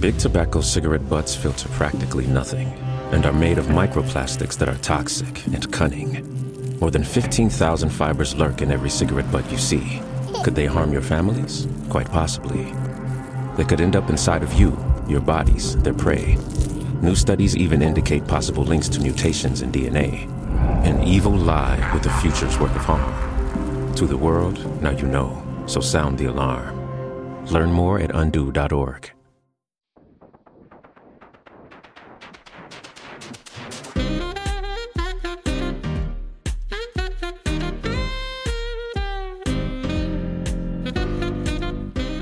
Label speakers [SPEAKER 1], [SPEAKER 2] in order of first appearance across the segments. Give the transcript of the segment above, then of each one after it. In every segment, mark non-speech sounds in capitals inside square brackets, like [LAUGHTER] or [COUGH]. [SPEAKER 1] Big tobacco cigarette butts filter practically nothing and are made of microplastics that are toxic and cunning. More than 15,000 fibers lurk in every cigarette butt you see. Could they harm your families? Quite possibly. They could end up inside of you, your bodies, their prey. New studies even indicate possible links to mutations in DNA. An evil lie with a future's worth of harm. To the world, now you know, so sound the alarm. Learn more at undo.org.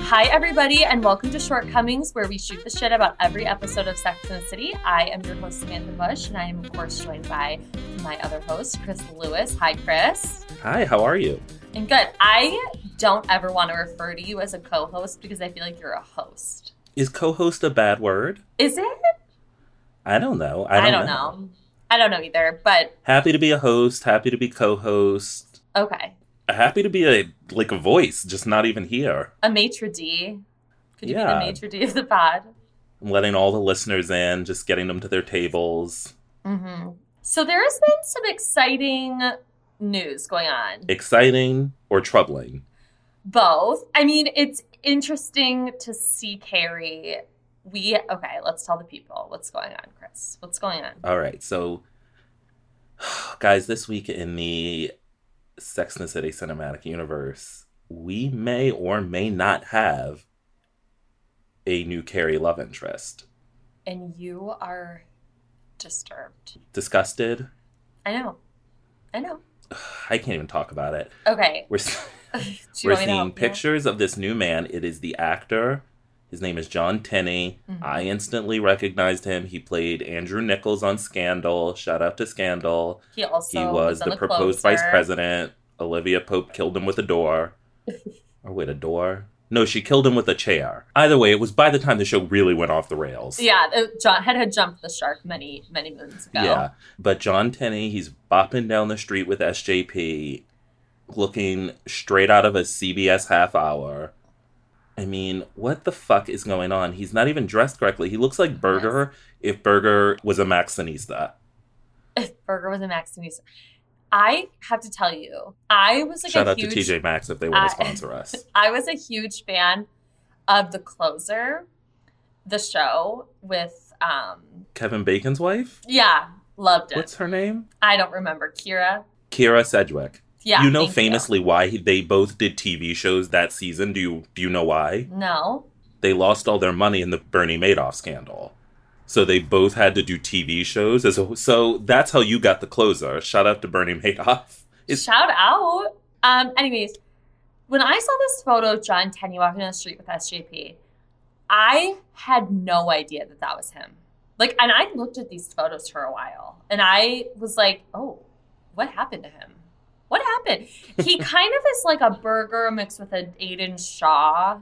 [SPEAKER 2] Hi, everybody, and welcome to Shortcomings, where we shoot the shit about every episode of Sex and the City. I am your host, Samantha Bush, and I am, of course, joined by my other host, Chris Lewis. Hi, Chris.
[SPEAKER 3] Hi, how are you?
[SPEAKER 2] I'm good. I don't ever want to refer to you as a co host because I feel like you're a host.
[SPEAKER 3] Is co host a bad word?
[SPEAKER 2] Is it?
[SPEAKER 3] I don't know. I don't,
[SPEAKER 2] I don't
[SPEAKER 3] know.
[SPEAKER 2] know. I don't know either, but
[SPEAKER 3] Happy to be a host, happy to be co host,
[SPEAKER 2] okay.
[SPEAKER 3] happy to be a like a voice, just not even here.
[SPEAKER 2] A maitre d. Could you
[SPEAKER 3] Yeah.
[SPEAKER 2] be the maitre d of the pod?
[SPEAKER 3] I'm letting all the listeners in, just getting them to their tables.
[SPEAKER 2] hmm So there has been some exciting news going on.
[SPEAKER 3] Exciting or troubling?
[SPEAKER 2] both. I mean, it's interesting to see Carrie. We okay, let's tell the people what's going on, Chris. What's going on?
[SPEAKER 3] All right, so [SIGHS] guys, this week in the Sex and the City cinematic universe, we may or may not have a new Carrie love interest.
[SPEAKER 2] And you are disturbed.
[SPEAKER 3] Disgusted? [SIGHS]
[SPEAKER 2] I know. I know.
[SPEAKER 3] I can't even talk about it.
[SPEAKER 2] Okay. [LAUGHS]
[SPEAKER 3] We're s-
[SPEAKER 2] Do you
[SPEAKER 3] we're
[SPEAKER 2] want me to help
[SPEAKER 3] seeing
[SPEAKER 2] you?
[SPEAKER 3] pictures of this new man. It is the actor. His name is John Tenney.
[SPEAKER 2] Mhm.
[SPEAKER 3] I instantly recognized him. He played Andrew Nichols on Scandal. Shout out to Scandal.
[SPEAKER 2] He also
[SPEAKER 3] he was
[SPEAKER 2] on
[SPEAKER 3] the proposed vice
[SPEAKER 2] Closer.
[SPEAKER 3] president. Olivia Pope killed him with
[SPEAKER 2] [LAUGHS]
[SPEAKER 3] a door. or wait, a door? No, she killed him with a chair. Either way, it was by the time the show really went off the rails.
[SPEAKER 2] Yeah, the- John had had jumped the shark many many moons ago.
[SPEAKER 3] Yeah. But John Tenney, he's bopping down the street with SJP, looking straight out of a CBS half hour. I mean, what the fuck is going on? He's not even dressed correctly. He looks like Burger if Burger was a Maxinista.
[SPEAKER 2] If Burger was a Maximista. I have to tell you, I was like
[SPEAKER 3] Shout
[SPEAKER 2] a
[SPEAKER 3] out
[SPEAKER 2] huge
[SPEAKER 3] to TJ Maxx if they want
[SPEAKER 2] I-
[SPEAKER 3] to sponsor us. [LAUGHS]
[SPEAKER 2] I was a huge fan of The Closer, the show with um
[SPEAKER 3] Kevin Bacon's wife?
[SPEAKER 2] yeah, loved it.
[SPEAKER 3] What's her name?
[SPEAKER 2] I don't remember Kira.
[SPEAKER 3] Kira Sedgwick.
[SPEAKER 2] Yeah.
[SPEAKER 3] you know
[SPEAKER 2] thank
[SPEAKER 3] famously why he- they both did TV shows that season. Do you do you know why?
[SPEAKER 2] No.
[SPEAKER 3] they lost all their money in the Bernie Madoff scandal. So they both had to do TV shows. As a, so that's how you got the closer. Shout out to Bernie [LAUGHS] Madoff. It's-
[SPEAKER 2] Shout out. Um anyways, when I saw this photo of John Tenney walking down the street with SJP, I had no idea that that was him. Like and I looked at these photos for a while and I was like, "Oh, what happened to him? What happened?" He kind of is like a burger mixed with an Aiden Shaw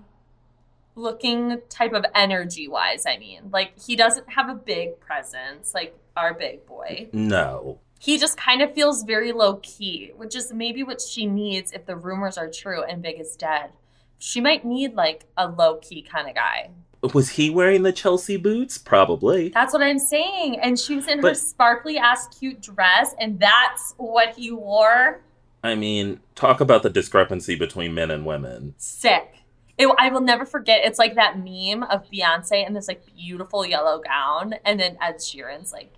[SPEAKER 2] looking type of energy wise, I mean. Like he doesn't have a big presence like our big boy
[SPEAKER 3] No.
[SPEAKER 2] he just kind of feels very low key, which is maybe what she needs if the rumors are true and Big is dead. She might need like a low key kind of guy.
[SPEAKER 3] Was he wearing the Chelsea boots? Probably.
[SPEAKER 2] That's what I'm saying. And she was in her
[SPEAKER 3] But-
[SPEAKER 2] sparkly ass cute dress, and that's what he wore.
[SPEAKER 3] I mean, talk about the discrepancy between men and women.
[SPEAKER 2] Sick. It, I will never forget. It's like that meme of Beyonce in this like beautiful yellow gown, and then Ed Sheeran's like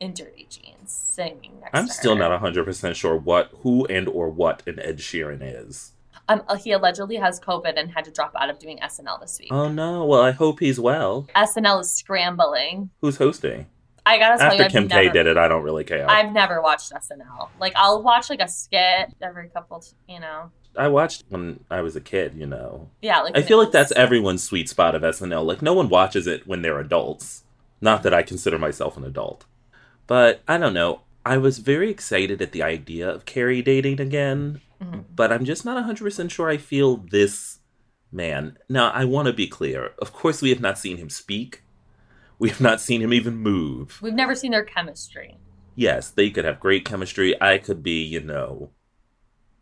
[SPEAKER 2] in dirty jeans singing next.
[SPEAKER 3] I'm
[SPEAKER 2] to
[SPEAKER 3] still
[SPEAKER 2] her.
[SPEAKER 3] not 100% sure what, who, and or what an Ed Sheeran is.
[SPEAKER 2] Um, he allegedly has COVID and had to drop out of doing SNL this week.
[SPEAKER 3] Oh no, well, I hope he's well.
[SPEAKER 2] SNL is scrambling.
[SPEAKER 3] Who's hosting?
[SPEAKER 2] I gotta tell you,
[SPEAKER 3] After
[SPEAKER 2] I've
[SPEAKER 3] Kim
[SPEAKER 2] never,
[SPEAKER 3] K did it, I don't really care.
[SPEAKER 2] I've never watched SNL. Like I'll watch like a skit every couple, t- you know.
[SPEAKER 3] I watched when I was a kid, you know.
[SPEAKER 2] Yeah, like
[SPEAKER 3] I feel like that's
[SPEAKER 2] every
[SPEAKER 3] everyone's sweet spot of SNL. Like no one watches it when they're adults. Not that I consider myself an adult. But I don't know. I was very excited at the idea of Carrie dating again, but I'm just not 100% sure I feel this man. Now, I want to be clear. Of course, we have not seen him speak. We have not seen him even move.
[SPEAKER 2] we've never seen their chemistry.
[SPEAKER 3] Yes, they could have great chemistry. I could be, you know,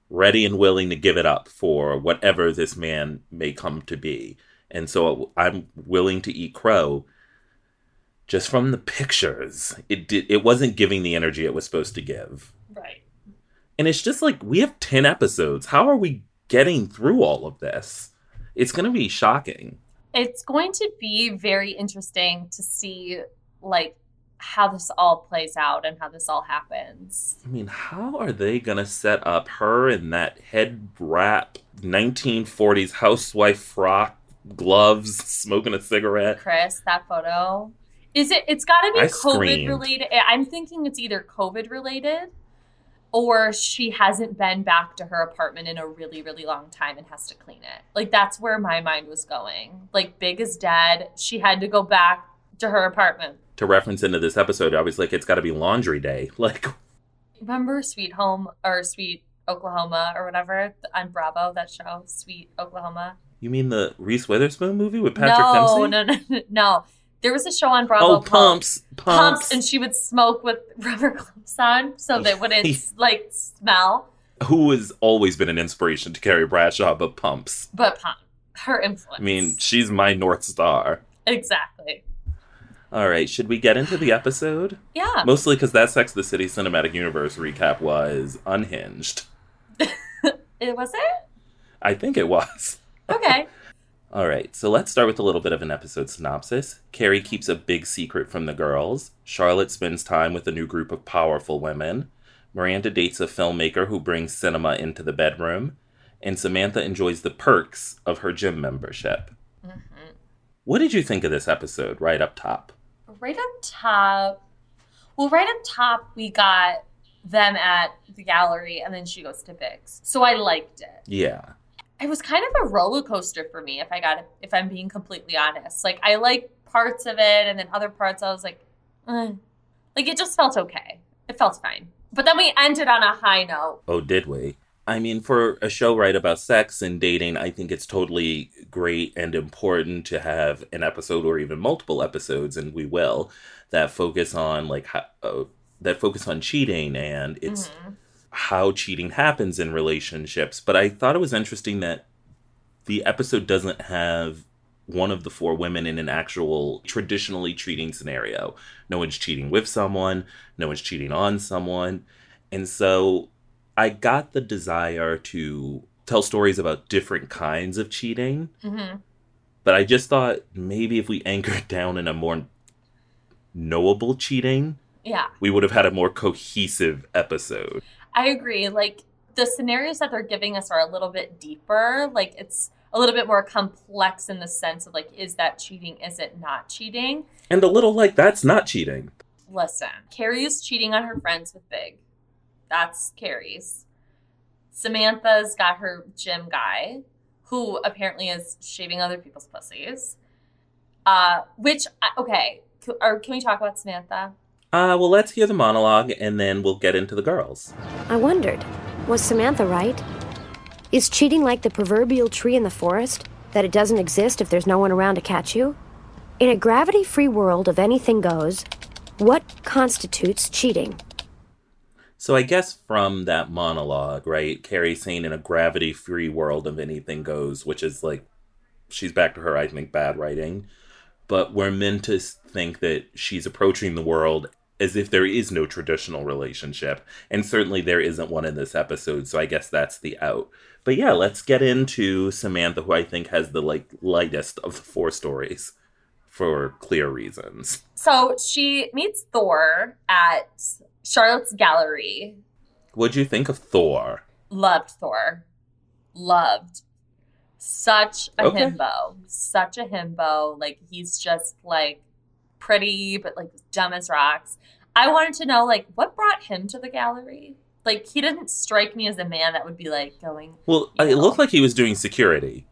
[SPEAKER 3] ready and willing to give it up for whatever this man may come to be. And so I'm willing to eat crow just from the pictures. It did it wasn't giving the energy it was supposed to give.
[SPEAKER 2] Right.
[SPEAKER 3] And it's just like we have 10 episodes. How are we getting through all of this? It's going to be shocking.
[SPEAKER 2] It's going to be very interesting to see like how this all plays out and how this all happens.
[SPEAKER 3] I mean, how are they going to set up her in that head wrap 1940s housewife frock, gloves, smoking a cigarette?
[SPEAKER 2] Chris, that photo. Is it it's got to be
[SPEAKER 3] I
[SPEAKER 2] COVID
[SPEAKER 3] screamed.
[SPEAKER 2] related. eh, I'm thinking it's either COVID related or she hasn't been back to her apartment in a really really long time and has to clean it. Like that's where my mind was going. Like Big is dead. She had to go back to her apartment.
[SPEAKER 3] To reference into this episode, I was like, it's got to be laundry day. [LAUGHS] Like,
[SPEAKER 2] Remember Sweet Home or Sweet Oklahoma or whatever on Bravo that show Sweet Oklahoma.
[SPEAKER 3] you mean the Reese Witherspoon movie with Patrick
[SPEAKER 2] no,
[SPEAKER 3] Dempsey?
[SPEAKER 2] no, no, [LAUGHS] no, no. There was a show on Bravo.
[SPEAKER 3] Oh,
[SPEAKER 2] called-
[SPEAKER 3] pumps,
[SPEAKER 2] pumps.
[SPEAKER 3] pumps.
[SPEAKER 2] and she would smoke with [LAUGHS] rubber gloves on so
[SPEAKER 3] [LAUGHS]
[SPEAKER 2] they wouldn't like smell.
[SPEAKER 3] Who has always been an inspiration to Carrie Bradshaw, but pumps.
[SPEAKER 2] But pump her influence.
[SPEAKER 3] I mean, she's my North Star.
[SPEAKER 2] exactly.
[SPEAKER 3] All right, should we get into the episode?
[SPEAKER 2] Yeah,
[SPEAKER 3] Mostly because that Sex the City Cinematic Universe recap was unhinged.
[SPEAKER 2] it was it.
[SPEAKER 3] I think it was. [LAUGHS]
[SPEAKER 2] Okay,
[SPEAKER 3] All right, so let's start with a little bit of an episode synopsis. Carrie keeps a big secret from the girls. Charlotte spends time with a new group of powerful women. Miranda dates a filmmaker who brings cinema into the bedroom. And Samantha enjoys the perks of her gym membership. What did you think of this episode right up top?
[SPEAKER 2] right up top. Well, right up top, we got them at the gallery, and then she goes to Bix. So I liked it.
[SPEAKER 3] Yeah.
[SPEAKER 2] it was kind of a roller coaster for me if i got if i'm being completely honest like i like parts of it and then other parts i was like eh. like it just felt okay it felt fine but then we ended on a high note
[SPEAKER 3] Oh, did we? I mean, for a show right about sex and dating, I think it's totally great and important to have an episode or even multiple episodes, and we will, that focus on like how, uh, that focus on cheating and it's
[SPEAKER 2] Mhm.
[SPEAKER 3] how cheating happens in relationships. But I thought it was interesting that the episode doesn't have one of the four women in an actual traditionally cheating scenario. No one's cheating with someone, no one's cheating on someone. And so I got the desire to tell stories about different kinds of cheating,
[SPEAKER 2] Mhm.
[SPEAKER 3] but I just thought maybe if we anchored [LAUGHS] down in a more knowable cheating,
[SPEAKER 2] yeah
[SPEAKER 3] we would have had a more cohesive episode.
[SPEAKER 2] i agree like the scenarios that they're giving us are a little bit deeper like it's a little bit more complex in the sense of like is that cheating is it not cheating
[SPEAKER 3] And a little like that's not cheating.
[SPEAKER 2] Listen, Carrie's cheating on her friends with Big. That's Carrie's. Samantha's got her gym guy, who apparently is shaving other people's pussies. Uh, which I- okay, c- or can we talk about Samantha?
[SPEAKER 3] Uh, well, let's hear the monologue and then we'll get into the girls.
[SPEAKER 4] I wondered, was Samantha right? Is cheating like the proverbial tree in the forest, that it doesn't exist if there's no one around to catch you? In a gravity free world of anything goes, what constitutes cheating?
[SPEAKER 3] So I guess from that monologue, right, Carrie saying in a gravity free world of anything goes, which is like she's back to her, I think, bad writing. But we're meant to s- think that she's approaching the world as if there is no traditional relationship. And certainly there isn't one in this episode, so I guess that's the out. But yeah, let's get into Samantha, who I think has the like lightest of the four stories for clear reasons.
[SPEAKER 2] So she meets Thor at Charlotte's gallery.
[SPEAKER 3] What'd you think of Thor?
[SPEAKER 2] Loved Thor. Loved. Such a
[SPEAKER 3] Okay.
[SPEAKER 2] himbo. Such a himbo. Like he's just like pretty, but like dumb as rocks. I wanted to know like what brought him to the gallery. Like he didn't strike me as a man that would be like
[SPEAKER 3] [LAUGHS]
[SPEAKER 2] going.
[SPEAKER 3] Well,
[SPEAKER 2] you
[SPEAKER 3] it
[SPEAKER 2] know.
[SPEAKER 3] looked like he was doing security.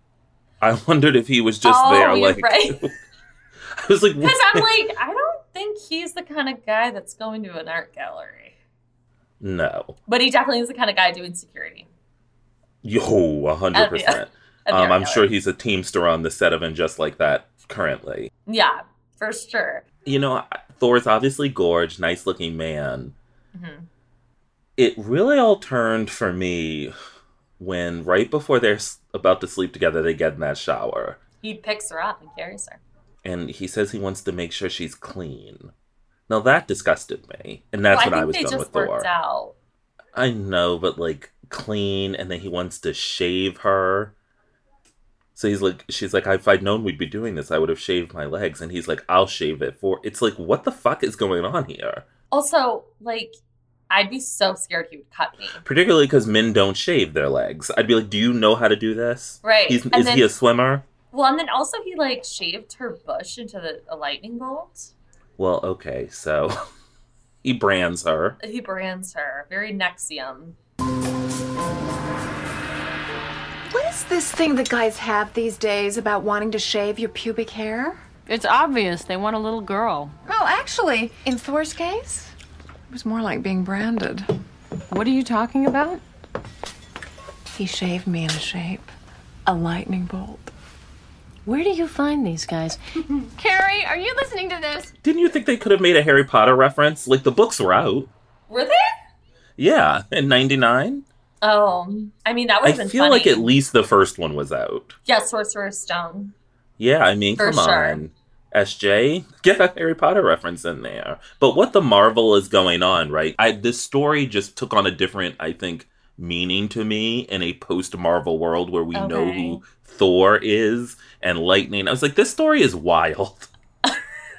[SPEAKER 3] I [LAUGHS] wondered if he was just
[SPEAKER 2] oh,
[SPEAKER 3] there.
[SPEAKER 2] you're
[SPEAKER 3] Like [LAUGHS]
[SPEAKER 2] right.
[SPEAKER 3] I was like,
[SPEAKER 2] Because I'm like, I don't think he's the kind of guy that's going to an art gallery.
[SPEAKER 3] no,
[SPEAKER 2] But he definitely is the kind of guy doing security.
[SPEAKER 3] yo, a hundred
[SPEAKER 2] At the- [LAUGHS]
[SPEAKER 3] percent.
[SPEAKER 2] at the art
[SPEAKER 3] Um, I'm sure
[SPEAKER 2] gallery.
[SPEAKER 3] he's a teamster on the set of and just like that currently.
[SPEAKER 2] Yeah, for sure.
[SPEAKER 3] You know, I- Thor's obviously gorge, nice looking man.
[SPEAKER 2] hmm
[SPEAKER 3] It really all turned for me when right before they're s- about to sleep together, they get in that shower.
[SPEAKER 2] He picks her up and carries her.
[SPEAKER 3] and he says he wants to make sure she's clean. Now that disgusted me, and that's
[SPEAKER 2] Well,
[SPEAKER 3] what I, was
[SPEAKER 2] they
[SPEAKER 3] done
[SPEAKER 2] just
[SPEAKER 3] with
[SPEAKER 2] worked
[SPEAKER 3] Thor.
[SPEAKER 2] out.
[SPEAKER 3] I know, but like clean, and then he wants to shave her. So he's like, she's like, if I'd known we'd be doing this, I would have shaved my legs. And he's like, I'll shave it for. It's like, what the fuck is going on here?
[SPEAKER 2] Also, like, I'd be so scared he would cut me.
[SPEAKER 3] Particularly because men don't shave their legs. I'd be like, do you know how to do this?
[SPEAKER 2] Right,
[SPEAKER 3] He's,
[SPEAKER 2] and
[SPEAKER 3] is
[SPEAKER 2] then-
[SPEAKER 3] he a swimmer?
[SPEAKER 2] Well, and then also he like shaved her bush into the, a lightning bolt.
[SPEAKER 3] Well, okay, so [LAUGHS] he brands her.
[SPEAKER 2] He brands her very Nexium.
[SPEAKER 5] What is this thing that guys have these days about wanting to shave your pubic hair?
[SPEAKER 6] It's obvious they want a little girl.
[SPEAKER 5] Oh, actually, in Thor's case, it was more like being branded.
[SPEAKER 6] What are you talking about?
[SPEAKER 5] He shaved me in a shape, a lightning bolt.
[SPEAKER 6] Where do you find these guys?
[SPEAKER 7] Carrie, are you listening to this?
[SPEAKER 3] Didn't you think they could have made a Harry Potter reference? Like the books were out.
[SPEAKER 2] Were they?
[SPEAKER 3] Yeah, in 99.
[SPEAKER 2] Oh, I mean that would
[SPEAKER 3] I
[SPEAKER 2] have been
[SPEAKER 3] feel
[SPEAKER 2] funny.
[SPEAKER 3] like at least the first one was out.
[SPEAKER 2] yeah, Sorcerer's Stone.
[SPEAKER 3] Yeah, I mean,
[SPEAKER 2] For
[SPEAKER 3] come
[SPEAKER 2] sure.
[SPEAKER 3] on. SJ, get a Harry Potter reference in there. But what the Marvel is going on, right? I this story just took on a different, I think, meaning to me in a post-Marvel world where we know
[SPEAKER 2] Okay.
[SPEAKER 3] who Thor is and Lightning. I was like, this story is wild. [LAUGHS]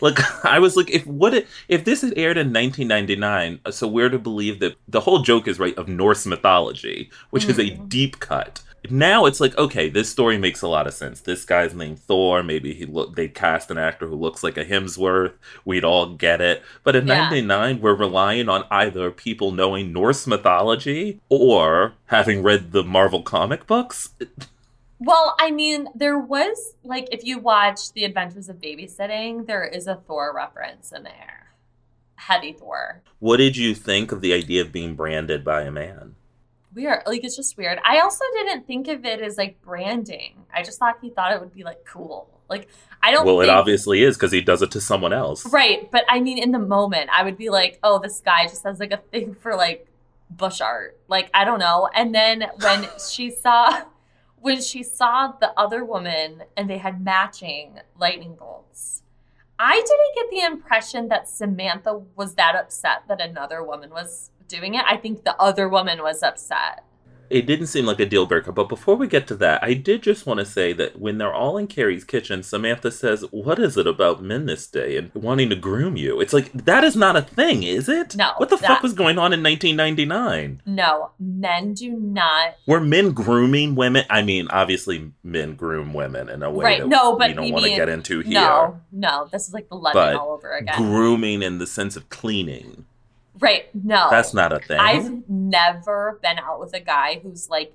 [SPEAKER 3] Like [LAUGHS] I was like, if what it, if this had aired in 1999, uh, so we're to believe that the whole joke is right of Norse mythology, which is a deep cut. Now it's like, okay, this story makes a lot of sense. This guy's named Thor. Maybe he look they cast an actor who looks like a Hemsworth. We'd all get it. But in
[SPEAKER 2] Yeah.
[SPEAKER 3] 99, we're relying on either people knowing Norse mythology or having read the Marvel comic books.
[SPEAKER 2] Well, I mean, there was like if you watch The Adventures of Babysitting, there is a Thor reference in there. Heavy Thor.
[SPEAKER 3] What did you think of the idea of being branded by a man?
[SPEAKER 2] Weird. Like it's just weird. I also didn't think of it as like branding. I just thought he thought it would be like cool. Like I don't
[SPEAKER 3] Well, it
[SPEAKER 2] think-
[SPEAKER 3] obviously is because he does it to someone else.
[SPEAKER 2] Right, but I mean in the moment I would be like, Oh, this guy just has like a thing for like bush art. Like, I don't know. And then
[SPEAKER 3] [LAUGHS]
[SPEAKER 2] when she saw when she saw the other woman and they had matching lightning bolts, I didn't get the impression that Samantha was that upset that another woman was doing it. I think the other woman was upset.
[SPEAKER 3] It didn't seem like a deal breaker, but before we get to that, I did just want to say that when they're all in Carrie's kitchen, Samantha says, What is it about men this day and wanting to groom you? It's like, that is not a thing, is it?
[SPEAKER 2] No,
[SPEAKER 3] What the
[SPEAKER 2] that-
[SPEAKER 3] fuck was going on in 1999?
[SPEAKER 2] No, men do not
[SPEAKER 3] Were men grooming women? I mean, obviously, men groom women in a way
[SPEAKER 2] Right,
[SPEAKER 3] that
[SPEAKER 2] no, but
[SPEAKER 3] we don't
[SPEAKER 2] we
[SPEAKER 3] want to
[SPEAKER 2] mean-
[SPEAKER 3] get into here.
[SPEAKER 2] No, no. This is like the lemon
[SPEAKER 3] But
[SPEAKER 2] all over again.
[SPEAKER 3] Grooming in the sense of cleaning.
[SPEAKER 2] right, no.
[SPEAKER 3] That's not a thing.
[SPEAKER 2] Oh, I've never been out with a guy who's like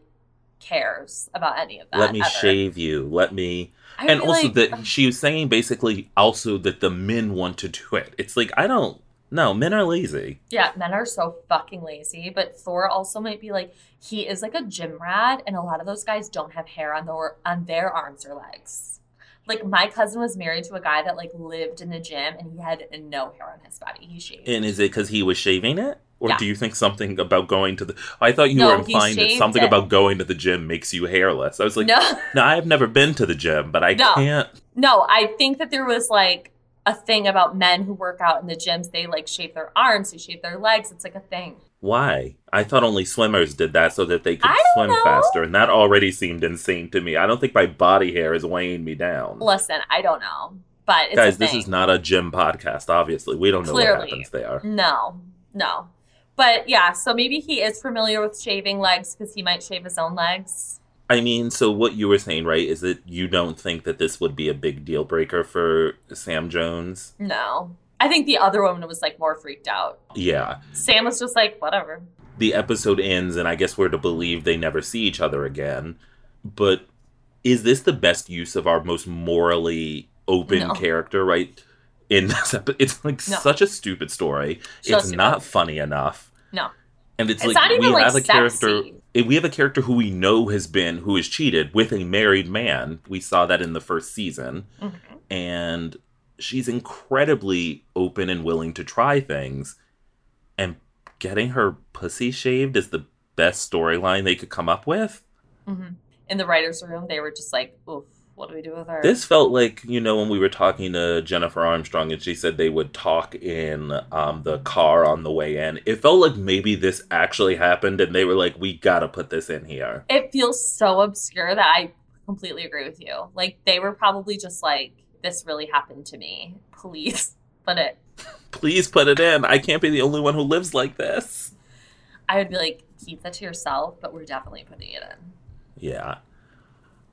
[SPEAKER 2] cares about any of that.
[SPEAKER 3] Let me
[SPEAKER 2] ever.
[SPEAKER 3] shave you. Let me.
[SPEAKER 2] I
[SPEAKER 3] and
[SPEAKER 2] feel
[SPEAKER 3] also
[SPEAKER 2] like-
[SPEAKER 3] that she was saying basically also that the men want to do it. It's like I don't no, men are lazy.
[SPEAKER 2] Yeah, men are so fucking lazy. But Thor also might be like he is like a gym rat, and a lot of those guys don't have hair on their on their arms or legs. Like my cousin was married to a guy that like lived in the gym, and he had no hair on his body. He shaved.
[SPEAKER 3] And is it because he was shaving it? Or
[SPEAKER 2] Yeah.
[SPEAKER 3] do you think something about going to the I thought you
[SPEAKER 2] No,
[SPEAKER 3] were
[SPEAKER 2] he
[SPEAKER 3] implying that
[SPEAKER 2] shaved
[SPEAKER 3] something
[SPEAKER 2] it.
[SPEAKER 3] about going to the gym makes you hairless. I was like No,
[SPEAKER 2] no,
[SPEAKER 3] I have never been to the gym, but I
[SPEAKER 2] No.
[SPEAKER 3] can't
[SPEAKER 2] no. I think that there was like a thing about men who work out in the gyms. They like shave their arms, they shave their legs. It's like a thing.
[SPEAKER 3] why? I thought only swimmers did that so that they could
[SPEAKER 2] I don't
[SPEAKER 3] swim
[SPEAKER 2] know.
[SPEAKER 3] faster, and that already seemed insane to me. I don't think my body hair is weighing me down.
[SPEAKER 2] Listen, I don't know, but it's
[SPEAKER 3] Guys,
[SPEAKER 2] a
[SPEAKER 3] this
[SPEAKER 2] thing.
[SPEAKER 3] is not a gym podcast, obviously. We don't know what
[SPEAKER 2] Clearly.
[SPEAKER 3] happens there.
[SPEAKER 2] no, no. But yeah, so maybe he is familiar with shaving legs because he might shave his own legs.
[SPEAKER 3] I mean, so what you were saying, right, is that you don't think that this would be a big deal breaker for Sam Jones?
[SPEAKER 2] No, I think the other woman was like more freaked out.
[SPEAKER 3] Yeah.
[SPEAKER 2] Sam was just like, whatever.
[SPEAKER 3] The episode ends, and I guess we're to believe they never see each other again. But is this the best use of our most morally open
[SPEAKER 2] No.
[SPEAKER 3] character, right? In this episode, it's like
[SPEAKER 2] No.
[SPEAKER 3] such a stupid story.
[SPEAKER 2] So
[SPEAKER 3] it's
[SPEAKER 2] stupid.
[SPEAKER 3] not funny enough.
[SPEAKER 2] No,
[SPEAKER 3] And it's,
[SPEAKER 2] It's
[SPEAKER 3] like
[SPEAKER 2] not even,
[SPEAKER 3] we
[SPEAKER 2] like,
[SPEAKER 3] have a character.
[SPEAKER 2] sexy.
[SPEAKER 3] If we have a character who we know has been who has cheated with a married man, we saw that in the first season,
[SPEAKER 2] Mm-hmm.
[SPEAKER 3] and she's incredibly open and willing to try things, and getting her pussy shaved is the best storyline they could come up with.
[SPEAKER 2] in the writers' room, they were just like, oof, What do we do with her?
[SPEAKER 3] This felt like, you know, when we were talking to Jennifer Armstrong and she said they would talk in um, the car on the way in. It felt like maybe this actually happened and they were like, we gotta put this in here.
[SPEAKER 2] it feels so obscure that I completely agree with you. Like they were probably just like, "This really happened to me. Please." [LAUGHS] But it,
[SPEAKER 3] Please put it in. I can't be the only one who lives like this.
[SPEAKER 2] I would be like, "Keep that to yourself," but we're definitely putting it in.
[SPEAKER 3] Yeah.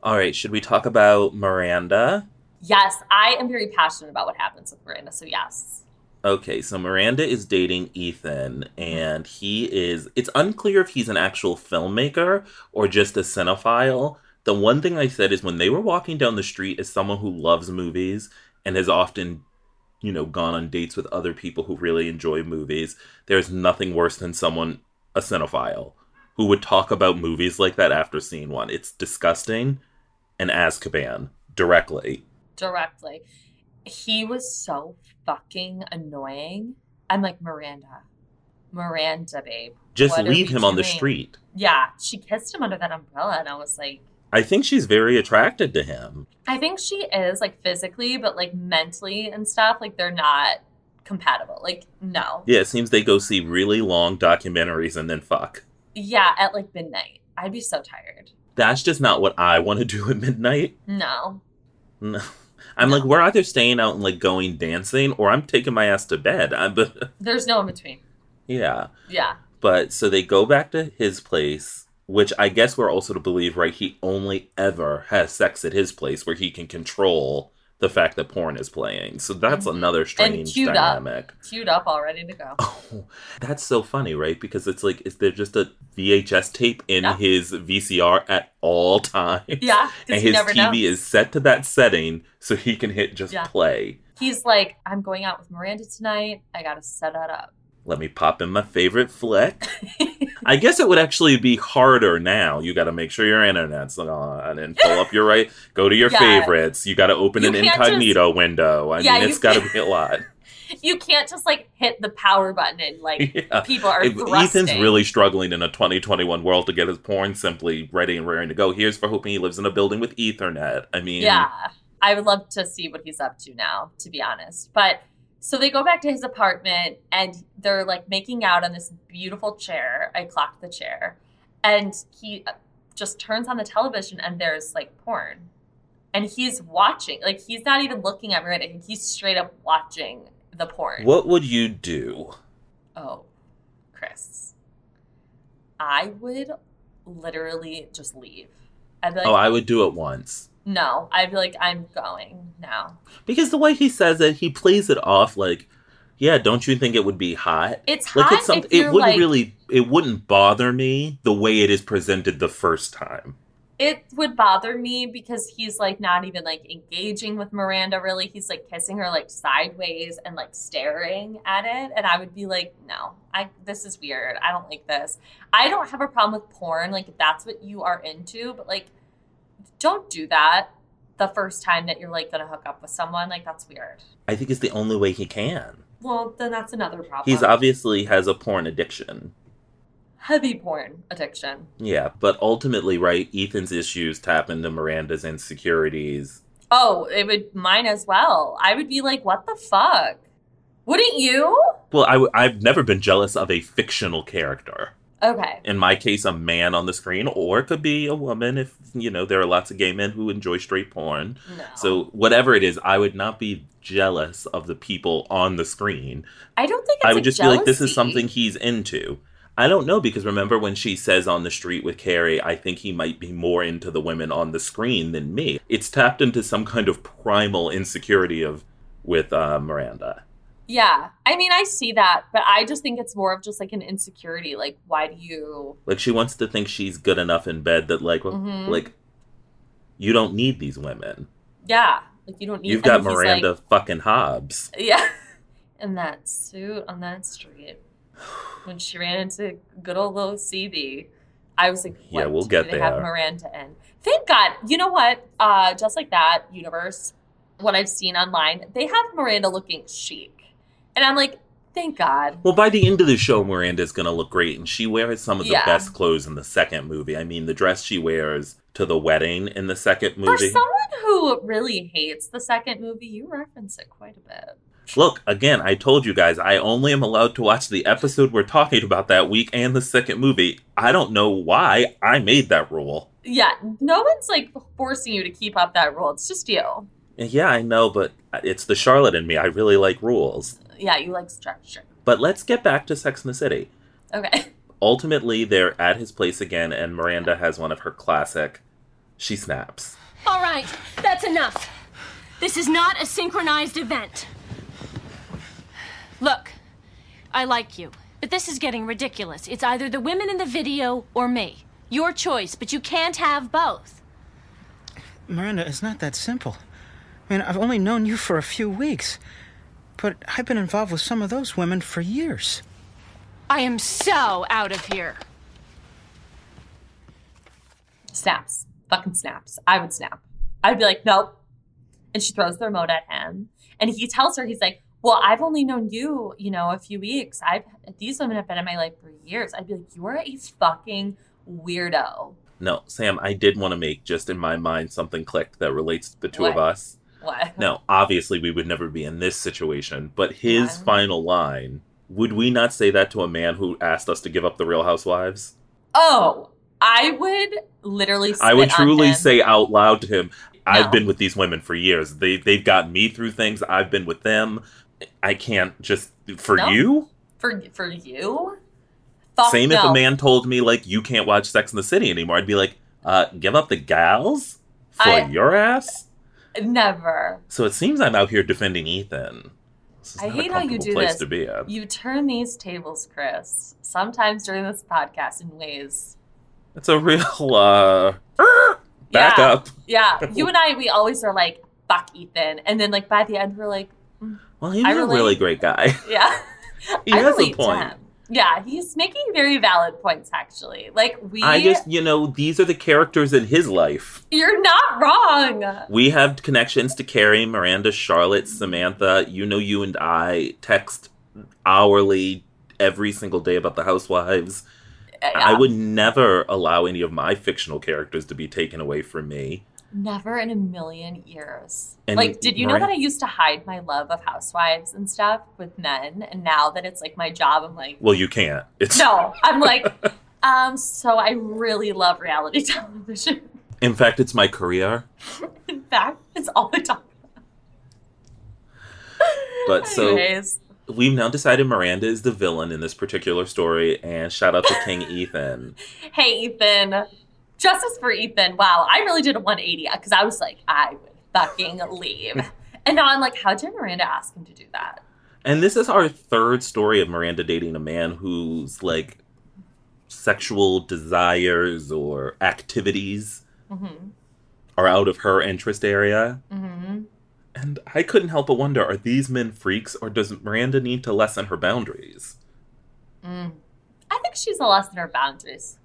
[SPEAKER 3] All right, should we talk about Miranda?
[SPEAKER 2] Yes, I am very passionate about what happens with Miranda. So yes,
[SPEAKER 3] Okay, so Miranda is dating Ethan, and he is. It's unclear if he's an actual filmmaker or just a cinephile. The one thing I said is when they were walking down the street, as someone who loves movies and has often, you know, gone on dates with other people who really enjoy movies, there's nothing worse than someone, a cinephile, who would talk about movies like that after seeing one. It's disgusting and Azkaban directly.
[SPEAKER 2] directly. He was so fucking annoying. I'm like Miranda, Miranda, babe.
[SPEAKER 3] Just
[SPEAKER 2] what are
[SPEAKER 3] leave
[SPEAKER 2] we
[SPEAKER 3] him on the
[SPEAKER 2] doing?"
[SPEAKER 3] street.
[SPEAKER 2] Yeah, she kissed him under that umbrella, and I was like,
[SPEAKER 3] I think she's very attracted to him.
[SPEAKER 2] I think she is like physically, but like mentally and stuff, like they're not compatible. Like, no.
[SPEAKER 3] Yeah, it seems they go see really long documentaries and then fuck.
[SPEAKER 2] Yeah, at like midnight. I'd be so tired.
[SPEAKER 3] That's just not what I want to [LAUGHS] do at midnight.
[SPEAKER 2] No.
[SPEAKER 3] No. [LAUGHS] I'm like, we're either staying out and like going dancing or I'm taking my ass to bed. [LAUGHS] I'm, but
[SPEAKER 2] There's no in between.
[SPEAKER 3] yeah.
[SPEAKER 2] Yeah.
[SPEAKER 3] But so they go back to his place, which I guess we're also to believe, right? He only ever has sex at his place where he can control the fact that porn is playing. So that's another strange
[SPEAKER 2] queued up.
[SPEAKER 3] dynamic.
[SPEAKER 2] Queued up, all ready to go.
[SPEAKER 3] Oh. [LAUGHS] That's so funny, right? Because it's like, is there just a VHS tape in
[SPEAKER 2] Yeah.
[SPEAKER 3] his VCR at all times?
[SPEAKER 2] Yeah,
[SPEAKER 3] And
[SPEAKER 2] because you
[SPEAKER 3] his
[SPEAKER 2] never
[SPEAKER 3] TV
[SPEAKER 2] know.
[SPEAKER 3] is set to that setting so he can hit just
[SPEAKER 2] Yeah.
[SPEAKER 3] play.
[SPEAKER 2] He's like, I'm going out with Miranda tonight. I gotta set that up.
[SPEAKER 3] Let me pop in my
[SPEAKER 2] [LAUGHS]
[SPEAKER 3] favorite flick. I guess it would actually be harder now. You got to make sure your internet's on and pull up your right. Go to your
[SPEAKER 2] [LAUGHS] Yeah.
[SPEAKER 3] favorites. You got to open
[SPEAKER 2] You
[SPEAKER 3] an
[SPEAKER 2] can't just-
[SPEAKER 3] incognito window. I
[SPEAKER 2] Yeah,
[SPEAKER 3] mean,
[SPEAKER 2] you
[SPEAKER 3] it's got to be a lot.
[SPEAKER 2] You can't just like hit the power button and like
[SPEAKER 3] [LAUGHS] Yeah.
[SPEAKER 2] people are
[SPEAKER 3] If Ethan's
[SPEAKER 2] thrusting.
[SPEAKER 3] really struggling in a 2021 world to get his porn simply ready and raring to go. Here's for hoping he lives in a building with Ethernet. I mean,
[SPEAKER 2] Yeah. I would love to see what he's up to now, to be honest. But so they go back to his apartment and they're like making out on this beautiful chair. I clocked the chair. And he uh, just turns on the television and there's like porn. And he's watching. Like he's not even looking at Miranda. He's straight up watching the porn.
[SPEAKER 3] what would you do?
[SPEAKER 2] Oh, Chris. I would literally just leave. I'd be like,
[SPEAKER 3] oh, I would do it once.
[SPEAKER 2] no. I'd be like, I'm going now.
[SPEAKER 3] Because the way he says it, he plays it off like, yeah, don't you think it would be hot?
[SPEAKER 2] It's
[SPEAKER 3] like
[SPEAKER 2] hot
[SPEAKER 3] it's something
[SPEAKER 2] if
[SPEAKER 3] it
[SPEAKER 2] you're
[SPEAKER 3] wouldn't
[SPEAKER 2] like,
[SPEAKER 3] really it wouldn't bother me the way it is presented the first time.
[SPEAKER 2] It would bother me because he's like not even like engaging with Miranda really. He's like kissing her like sideways and like staring at it, and I would be like, no, I this is weird. I don't like this. I don't have a problem with porn, like if that's what you are into, but like, don't do that the first time that you're like gonna hook up with someone. Like that's weird.
[SPEAKER 3] I think it's the only way he can.
[SPEAKER 2] Well, then that's another problem.
[SPEAKER 3] He's obviously has a porn addiction.
[SPEAKER 2] heavy porn addiction.
[SPEAKER 3] Yeah, but ultimately, right, Ethan's issues tap into Miranda's insecurities.
[SPEAKER 2] Oh, it would mine as well. I would be like, what the fuck? Wouldn't you?
[SPEAKER 3] Well, I w- I've never been jealous of a fictional character.
[SPEAKER 2] Okay.
[SPEAKER 3] In my case, a man on the screen, or it could be a woman if, you know, there are lots of gay men who enjoy straight porn.
[SPEAKER 2] No.
[SPEAKER 3] So whatever it is, I would not be jealous of the people on the screen.
[SPEAKER 2] I don't think it's
[SPEAKER 3] I would
[SPEAKER 2] a
[SPEAKER 3] just be like, this
[SPEAKER 2] jealousy.
[SPEAKER 3] is something he's into. I don't know because remember when she says on the street with Carrie, I think he might be more into the women on the screen than me. It's tapped into some kind of primal insecurity of with uh, Miranda.
[SPEAKER 2] Yeah. I mean, I see that, but I just think it's more of just like an insecurity. Like, why do you?
[SPEAKER 3] Like she wants to think she's good enough in bed that like well,
[SPEAKER 2] Mhm.
[SPEAKER 3] like you don't need these women.
[SPEAKER 2] Yeah. Like, you don't need.
[SPEAKER 3] You've
[SPEAKER 2] and
[SPEAKER 3] got
[SPEAKER 2] he's like-
[SPEAKER 3] Miranda fucking Hobbs.
[SPEAKER 2] yeah. [LAUGHS] In that suit on that street, when she ran into good old little CB, I was like,
[SPEAKER 3] Yeah,
[SPEAKER 2] what
[SPEAKER 3] we'll
[SPEAKER 2] do
[SPEAKER 3] get
[SPEAKER 2] they have
[SPEAKER 3] there.
[SPEAKER 2] Miranda in. Thank God. You know what? Uh, just like that universe, what I've seen online, they have Miranda looking chic, and I'm like, thank God.
[SPEAKER 3] Well, by the end of the show, Miranda's gonna look great, and she wears some of the
[SPEAKER 2] Yeah.
[SPEAKER 3] best clothes in the second movie. I mean, the dress she wears to the wedding in the second
[SPEAKER 2] For
[SPEAKER 3] movie.
[SPEAKER 2] someone who really hates the second movie, you reference it quite a bit.
[SPEAKER 3] Look, again, I told you guys, I only am allowed to watch the episode we're talking about that week and the second movie. I don't know why I made that rule.
[SPEAKER 2] Yeah, no one's like forcing you to keep up that rule. It's just you.
[SPEAKER 3] And Yeah, I know, but it's the Charlotte in me. I really like rules.
[SPEAKER 2] Yeah, you like structure.
[SPEAKER 3] But let's get back to Sex and the City.
[SPEAKER 2] Okay. [LAUGHS]
[SPEAKER 3] Ultimately, they're at his place again, and Miranda has one of her classic. She snaps.
[SPEAKER 7] All right, that's enough. This is not a synchronized event. Look, I like you, but this is getting ridiculous. It's either the women in the video or me. Your choice, but you can't have both.
[SPEAKER 8] Miranda, it's not that simple. I mean, I've only known you for a few weeks, but I've been involved with some of those women for years.
[SPEAKER 7] I am so out of here.
[SPEAKER 2] Snaps. Fucking snaps. I would snap. I'd be like, nope. And she throws the remote at him. And he tells her, he's like, well, I've only known you, you know, a few weeks. I've these women have been in my life for years. I'd be like, you're a fucking weirdo.
[SPEAKER 3] No, Sam, I did want to make just in my mind something clicked that relates to the two of
[SPEAKER 2] What?
[SPEAKER 3] us.
[SPEAKER 2] What?
[SPEAKER 3] Now, obviously, we would never be in this situation, but his
[SPEAKER 2] Yeah.
[SPEAKER 3] final line would we not say that to a man who asked us to give up the Real Housewives?
[SPEAKER 2] Oh, I would literally.
[SPEAKER 3] I would
[SPEAKER 2] spit on
[SPEAKER 3] truly
[SPEAKER 2] him.
[SPEAKER 3] say out loud to him, I've
[SPEAKER 2] No.
[SPEAKER 3] been with these women for years. They, they've gotten me through things, I've been with them. I can't just, for
[SPEAKER 2] No.
[SPEAKER 3] you?
[SPEAKER 2] for for you. Fuck
[SPEAKER 3] Same if
[SPEAKER 2] no.
[SPEAKER 3] a man told me, like, you can't watch Sex in the City anymore. I'd be like, uh, give up the gals for
[SPEAKER 2] I-
[SPEAKER 3] your ass?
[SPEAKER 2] Never.
[SPEAKER 3] So it seems I'm out here defending Ethan. This is
[SPEAKER 2] I
[SPEAKER 3] not
[SPEAKER 2] hate
[SPEAKER 3] a
[SPEAKER 2] how you
[SPEAKER 3] comfortable
[SPEAKER 2] do
[SPEAKER 3] place
[SPEAKER 2] this.
[SPEAKER 3] to be at.
[SPEAKER 2] You turn these tables, Chris. Sometimes during this podcast, in ways.
[SPEAKER 3] It's a real [LAUGHS] uh back
[SPEAKER 2] yeah.
[SPEAKER 3] up.
[SPEAKER 2] Yeah,
[SPEAKER 3] [LAUGHS]
[SPEAKER 2] you and I, we always are like, "Fuck Ethan," and then like by the end, we're like,
[SPEAKER 3] Well, he's
[SPEAKER 2] I
[SPEAKER 3] a
[SPEAKER 2] relate.
[SPEAKER 3] really great guy. [LAUGHS]
[SPEAKER 2] "Yeah."
[SPEAKER 3] He has a
[SPEAKER 2] relate to
[SPEAKER 3] point.
[SPEAKER 2] him. Yeah, he's making very valid points. Actually, like we,
[SPEAKER 3] I just, you know, these are the characters in his life.
[SPEAKER 2] you're not wrong.
[SPEAKER 3] We have connections to Carrie, Miranda, Charlotte, Samantha. You know, you and I text hourly every single day about the housewives. I
[SPEAKER 2] Uh, Yeah.
[SPEAKER 3] would never allow any of my fictional characters to be taken away from me.
[SPEAKER 2] Never in a million years.
[SPEAKER 3] And
[SPEAKER 2] like, did you know
[SPEAKER 3] Maria-
[SPEAKER 2] that I used to hide my love of housewives and stuff with men? And now that it's like my job, I'm like,
[SPEAKER 3] Well, you can't. It's
[SPEAKER 2] no, I'm
[SPEAKER 3] [LAUGHS]
[SPEAKER 2] like, um, so I really love reality [LAUGHS] television.
[SPEAKER 3] in fact, it's my career.
[SPEAKER 2] In fact, it's all I talk
[SPEAKER 3] But
[SPEAKER 2] about.
[SPEAKER 3] so
[SPEAKER 2] Anyways,
[SPEAKER 3] we've now decided Miranda is the villain in this particular story, and shout out to
[SPEAKER 2] [LAUGHS]
[SPEAKER 3] King Ethan.
[SPEAKER 2] hey, Ethan, justice for Ethan. Wow, I really did a 180 because I was like, I would
[SPEAKER 3] [LAUGHS]
[SPEAKER 2] fucking leave. and now I'm like, how did Miranda ask him to do that?
[SPEAKER 3] And this is our third story of Miranda dating a man who's like sexual desires or activities
[SPEAKER 2] Mm-hmm.
[SPEAKER 3] are out of her interest area.
[SPEAKER 2] Mm-hmm.
[SPEAKER 3] And I couldn't help but wonder are these men freaks or does Miranda need to lessen her boundaries?
[SPEAKER 2] Mm. I think she's a less than her boundaries.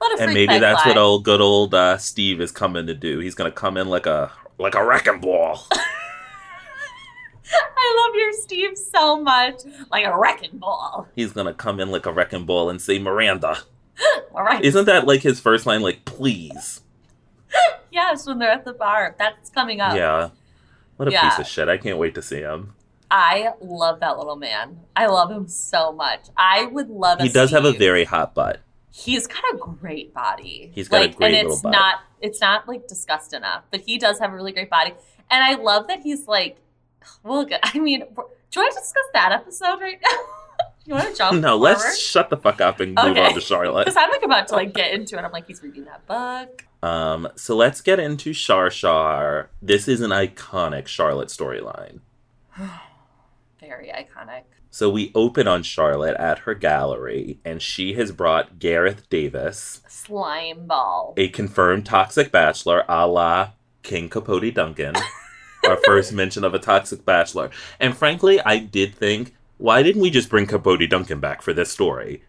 [SPEAKER 2] Let a freak
[SPEAKER 3] And maybe
[SPEAKER 2] flag
[SPEAKER 3] that's
[SPEAKER 2] fly. [LAUGHS]
[SPEAKER 3] what old good old uh, Steve is coming to do. He's gonna come in like a like a wrecking ball.
[SPEAKER 2] I love your Steve so much, like a wrecking ball.
[SPEAKER 3] He's gonna come in like a wrecking ball and say, Miranda,
[SPEAKER 2] All right.
[SPEAKER 3] Isn't that like his first line? Like, please.
[SPEAKER 2] yes, when they're at the bar, that's coming up.
[SPEAKER 3] Yeah. What a
[SPEAKER 2] Yeah.
[SPEAKER 3] piece of shit. I can't wait to see him.
[SPEAKER 2] I love that little man. I love him so much. I would love.
[SPEAKER 3] He
[SPEAKER 2] a
[SPEAKER 3] does have a
[SPEAKER 2] Steve.
[SPEAKER 3] very hot butt.
[SPEAKER 2] He's got a great body.
[SPEAKER 3] He's got a
[SPEAKER 2] like,
[SPEAKER 3] great
[SPEAKER 2] and
[SPEAKER 3] little
[SPEAKER 2] it's
[SPEAKER 3] body.
[SPEAKER 2] not it's not like disgust enough, but he does have a really great body. And I love that he's like, well, good. I mean, do I discuss that episode right now? [LAUGHS] you want to jump?
[SPEAKER 3] No,
[SPEAKER 2] forward?
[SPEAKER 3] let's shut the fuck up and move
[SPEAKER 2] Okay.
[SPEAKER 3] on to
[SPEAKER 2] [LAUGHS]
[SPEAKER 3] Charlotte.
[SPEAKER 2] Because I'm like about to like get into it. I'm like, he's reading that book.
[SPEAKER 3] Um, so let's get into Shar Shar. This is an iconic Charlotte storyline.
[SPEAKER 2] Very iconic.
[SPEAKER 3] So we open on Charlotte at her gallery, and she has brought Gareth Davis,
[SPEAKER 2] Slime ball.
[SPEAKER 3] a confirmed toxic bachelor a la King Capote
[SPEAKER 2] [LAUGHS]
[SPEAKER 3] Duncan. our first mention of a toxic bachelor. And frankly, I did think, why didn't we just bring Capote Duncan back for this story?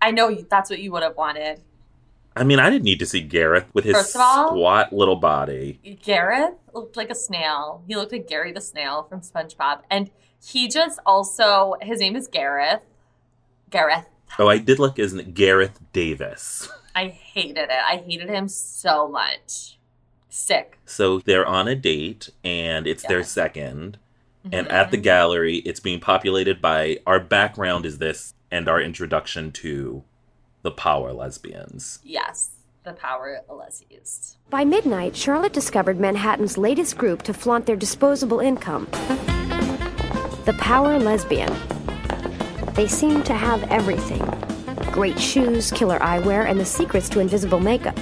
[SPEAKER 2] I know you- that's what you would have wanted.
[SPEAKER 3] I mean, I didn't need to see Gareth with his
[SPEAKER 2] First of all-
[SPEAKER 3] squat little body.
[SPEAKER 2] Gareth looked like a snail. He looked like Gary the snail from SpongeBob. And he just also, his name is Gareth. Gareth.
[SPEAKER 3] Oh, I did look, isn't it? Gareth Davis.
[SPEAKER 2] I hated it. I hated him so much. Sick.
[SPEAKER 3] So they're on a date and it's their 2nd
[SPEAKER 2] Mm-hmm.
[SPEAKER 3] And at the gallery, it's being populated by our background is this and our introduction to the power lesbians.
[SPEAKER 2] Yes. The power Alessi's.
[SPEAKER 4] By midnight, Charlotte discovered Manhattan's latest group to flaunt their disposable income the Power Lesbian. They seemed to have everything great shoes, killer eyewear, and the secrets to invisible makeup.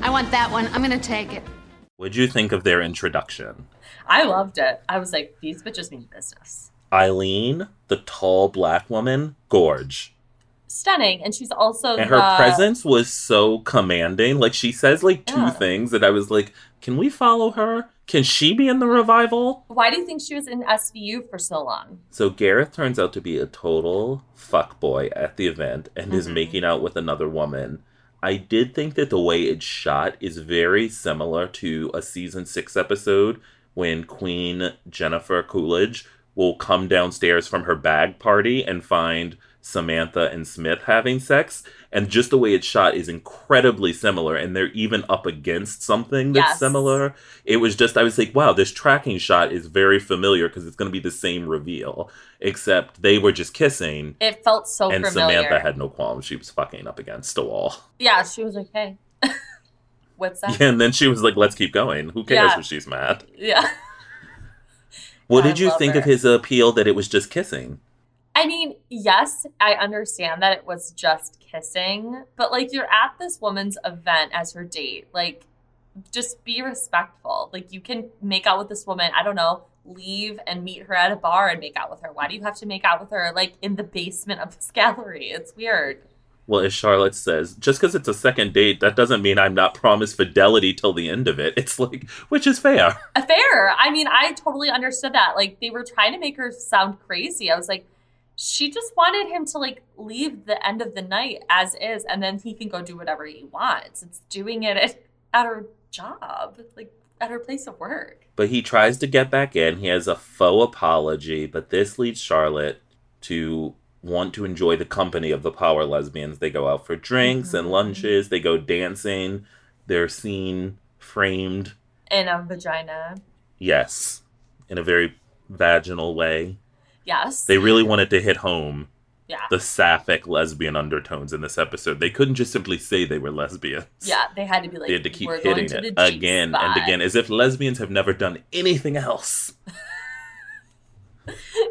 [SPEAKER 9] I want that one. I'm going to take it.
[SPEAKER 3] What'd you think of their introduction?
[SPEAKER 2] I loved it. I was like, these bitches mean business.
[SPEAKER 3] Eileen, the tall black woman, gorge.
[SPEAKER 2] Stunning. And she's also
[SPEAKER 3] And her
[SPEAKER 2] the-
[SPEAKER 3] presence was so commanding. Like she says like two
[SPEAKER 2] Yeah.
[SPEAKER 3] things that I was like, can we follow her? Can she be in the revival?
[SPEAKER 2] Why do you think she was in SVU for so long?
[SPEAKER 3] So Gareth turns out to be a total fuckboy at the event and is making out with another woman. I did think that the way it's shot is very similar to a season six episode when Queen Jennifer Coolidge will come downstairs from her bag party and find Samantha and Smith having sex. And just the way it's shot is incredibly similar. And they're even up against something that's
[SPEAKER 2] Yes.
[SPEAKER 3] similar. It was just, I was like, wow, this tracking shot is very familiar because it's going to be the same reveal, except they were just kissing.
[SPEAKER 2] It felt so
[SPEAKER 3] and
[SPEAKER 2] familiar.
[SPEAKER 3] Samantha had no qualms. She was fucking up against a wall. [LAUGHS]
[SPEAKER 2] yeah, she was like, hey, [LAUGHS] what's up?
[SPEAKER 3] Yeah, and then she was like, let's keep going. Who cares
[SPEAKER 2] Yeah.
[SPEAKER 3] if she's mad?
[SPEAKER 2] yeah.
[SPEAKER 3] What
[SPEAKER 2] I
[SPEAKER 3] did you
[SPEAKER 2] love
[SPEAKER 3] think of
[SPEAKER 2] her.
[SPEAKER 3] his appeal that it was just kissing?
[SPEAKER 2] I mean, yes, I understand that it was just kissing, but like you're at this woman's event as her date. Like, just be respectful. Like, you can make out with this woman, I don't know, leave and meet her at a bar and make out with her. Why do you have to make out with her like in the basement of this [LAUGHS] gallery? It's weird.
[SPEAKER 3] Well, as Charlotte says, just because it's a second date, that doesn't mean I'm not promised fidelity till the end of it. It's like, which is fair.
[SPEAKER 2] A fair. I mean, I totally understood that. Like, they were trying to make her sound crazy. I was like, she just wanted him to like leave the end of the night as is, and then he can go do whatever he wants. It's doing it at, at her job, like at her place of work.
[SPEAKER 3] But he tries to get back in. He has a faux apology, but this leads Charlotte to want to enjoy the company of the power lesbians. They go out for drinks
[SPEAKER 2] Mm-hmm.
[SPEAKER 3] and lunches, they go dancing, they're seen framed,
[SPEAKER 2] In a vagina.
[SPEAKER 3] yes, in a very vaginal way.
[SPEAKER 2] Yes.
[SPEAKER 3] They really wanted to hit home
[SPEAKER 2] yeah.
[SPEAKER 3] the sapphic lesbian undertones in this episode. They couldn't just simply say they were lesbians.
[SPEAKER 2] yeah. They had to be like,
[SPEAKER 3] They had to keep
[SPEAKER 2] we're going
[SPEAKER 3] hitting
[SPEAKER 2] to
[SPEAKER 3] it
[SPEAKER 2] the G
[SPEAKER 3] again
[SPEAKER 2] spot.
[SPEAKER 3] and again, as if lesbians have never done anything else.
[SPEAKER 2] [LAUGHS]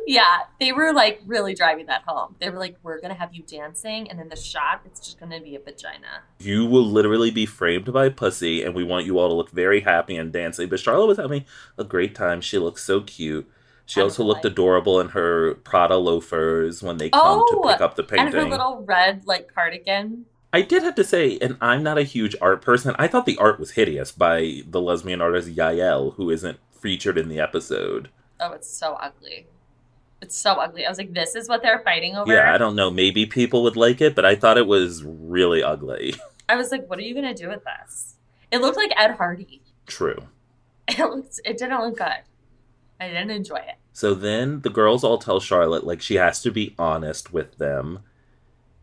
[SPEAKER 2] Yeah. They were like really driving that home. They were like, we're going to have you dancing, and then the shot, it's just going to be a vagina.
[SPEAKER 3] You will literally be framed by pussy, and we want you all to look very happy and dancing. But Charlotte was having a great time. She looked so cute. She
[SPEAKER 2] I
[SPEAKER 3] also
[SPEAKER 2] don't
[SPEAKER 3] looked
[SPEAKER 2] like-
[SPEAKER 3] adorable in her Prada loafers when they come
[SPEAKER 2] Oh,
[SPEAKER 3] to pick up the
[SPEAKER 2] And
[SPEAKER 3] painting.
[SPEAKER 2] her little red like cardigan.
[SPEAKER 3] I did have to say, and I'm not a huge art person, I thought the art was hideous by the lesbian artist Yael, who isn't featured in the episode.
[SPEAKER 2] Oh, it's so ugly. It's so ugly. I was like, this is what they're fighting over.
[SPEAKER 3] Yeah, I don't know. Maybe people would like it, but I thought it was really ugly. [LAUGHS]
[SPEAKER 2] I was like, what are you gonna do with this? It looked like Ed Hardy. [LAUGHS]
[SPEAKER 3] True.
[SPEAKER 2] It looked. It didn't look good. I didn't enjoy it.
[SPEAKER 3] So then the girls all tell Charlotte, like, she has to be honest with them.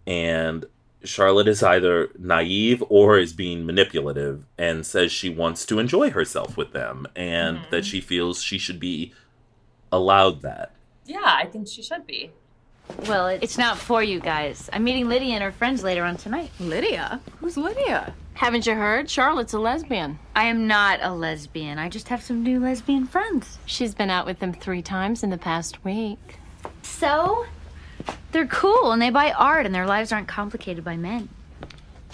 [SPEAKER 3] And Charlotte is either naive or is being manipulative and says she wants to enjoy herself with them and
[SPEAKER 2] Mm-hmm.
[SPEAKER 3] that she feels she should be allowed that.
[SPEAKER 2] Yeah, I think she should be.
[SPEAKER 9] Well, it- it's not for you guys. I'm meeting Lydia and her friends later on tonight.
[SPEAKER 6] Lydia? Who's Lydia?
[SPEAKER 7] Haven't you heard? Charlotte's a lesbian.
[SPEAKER 9] I am not a lesbian. I just have some new lesbian friends.
[SPEAKER 7] She's been out with them three times in the past week.
[SPEAKER 9] So, they're cool and they buy art and their lives aren't complicated by men.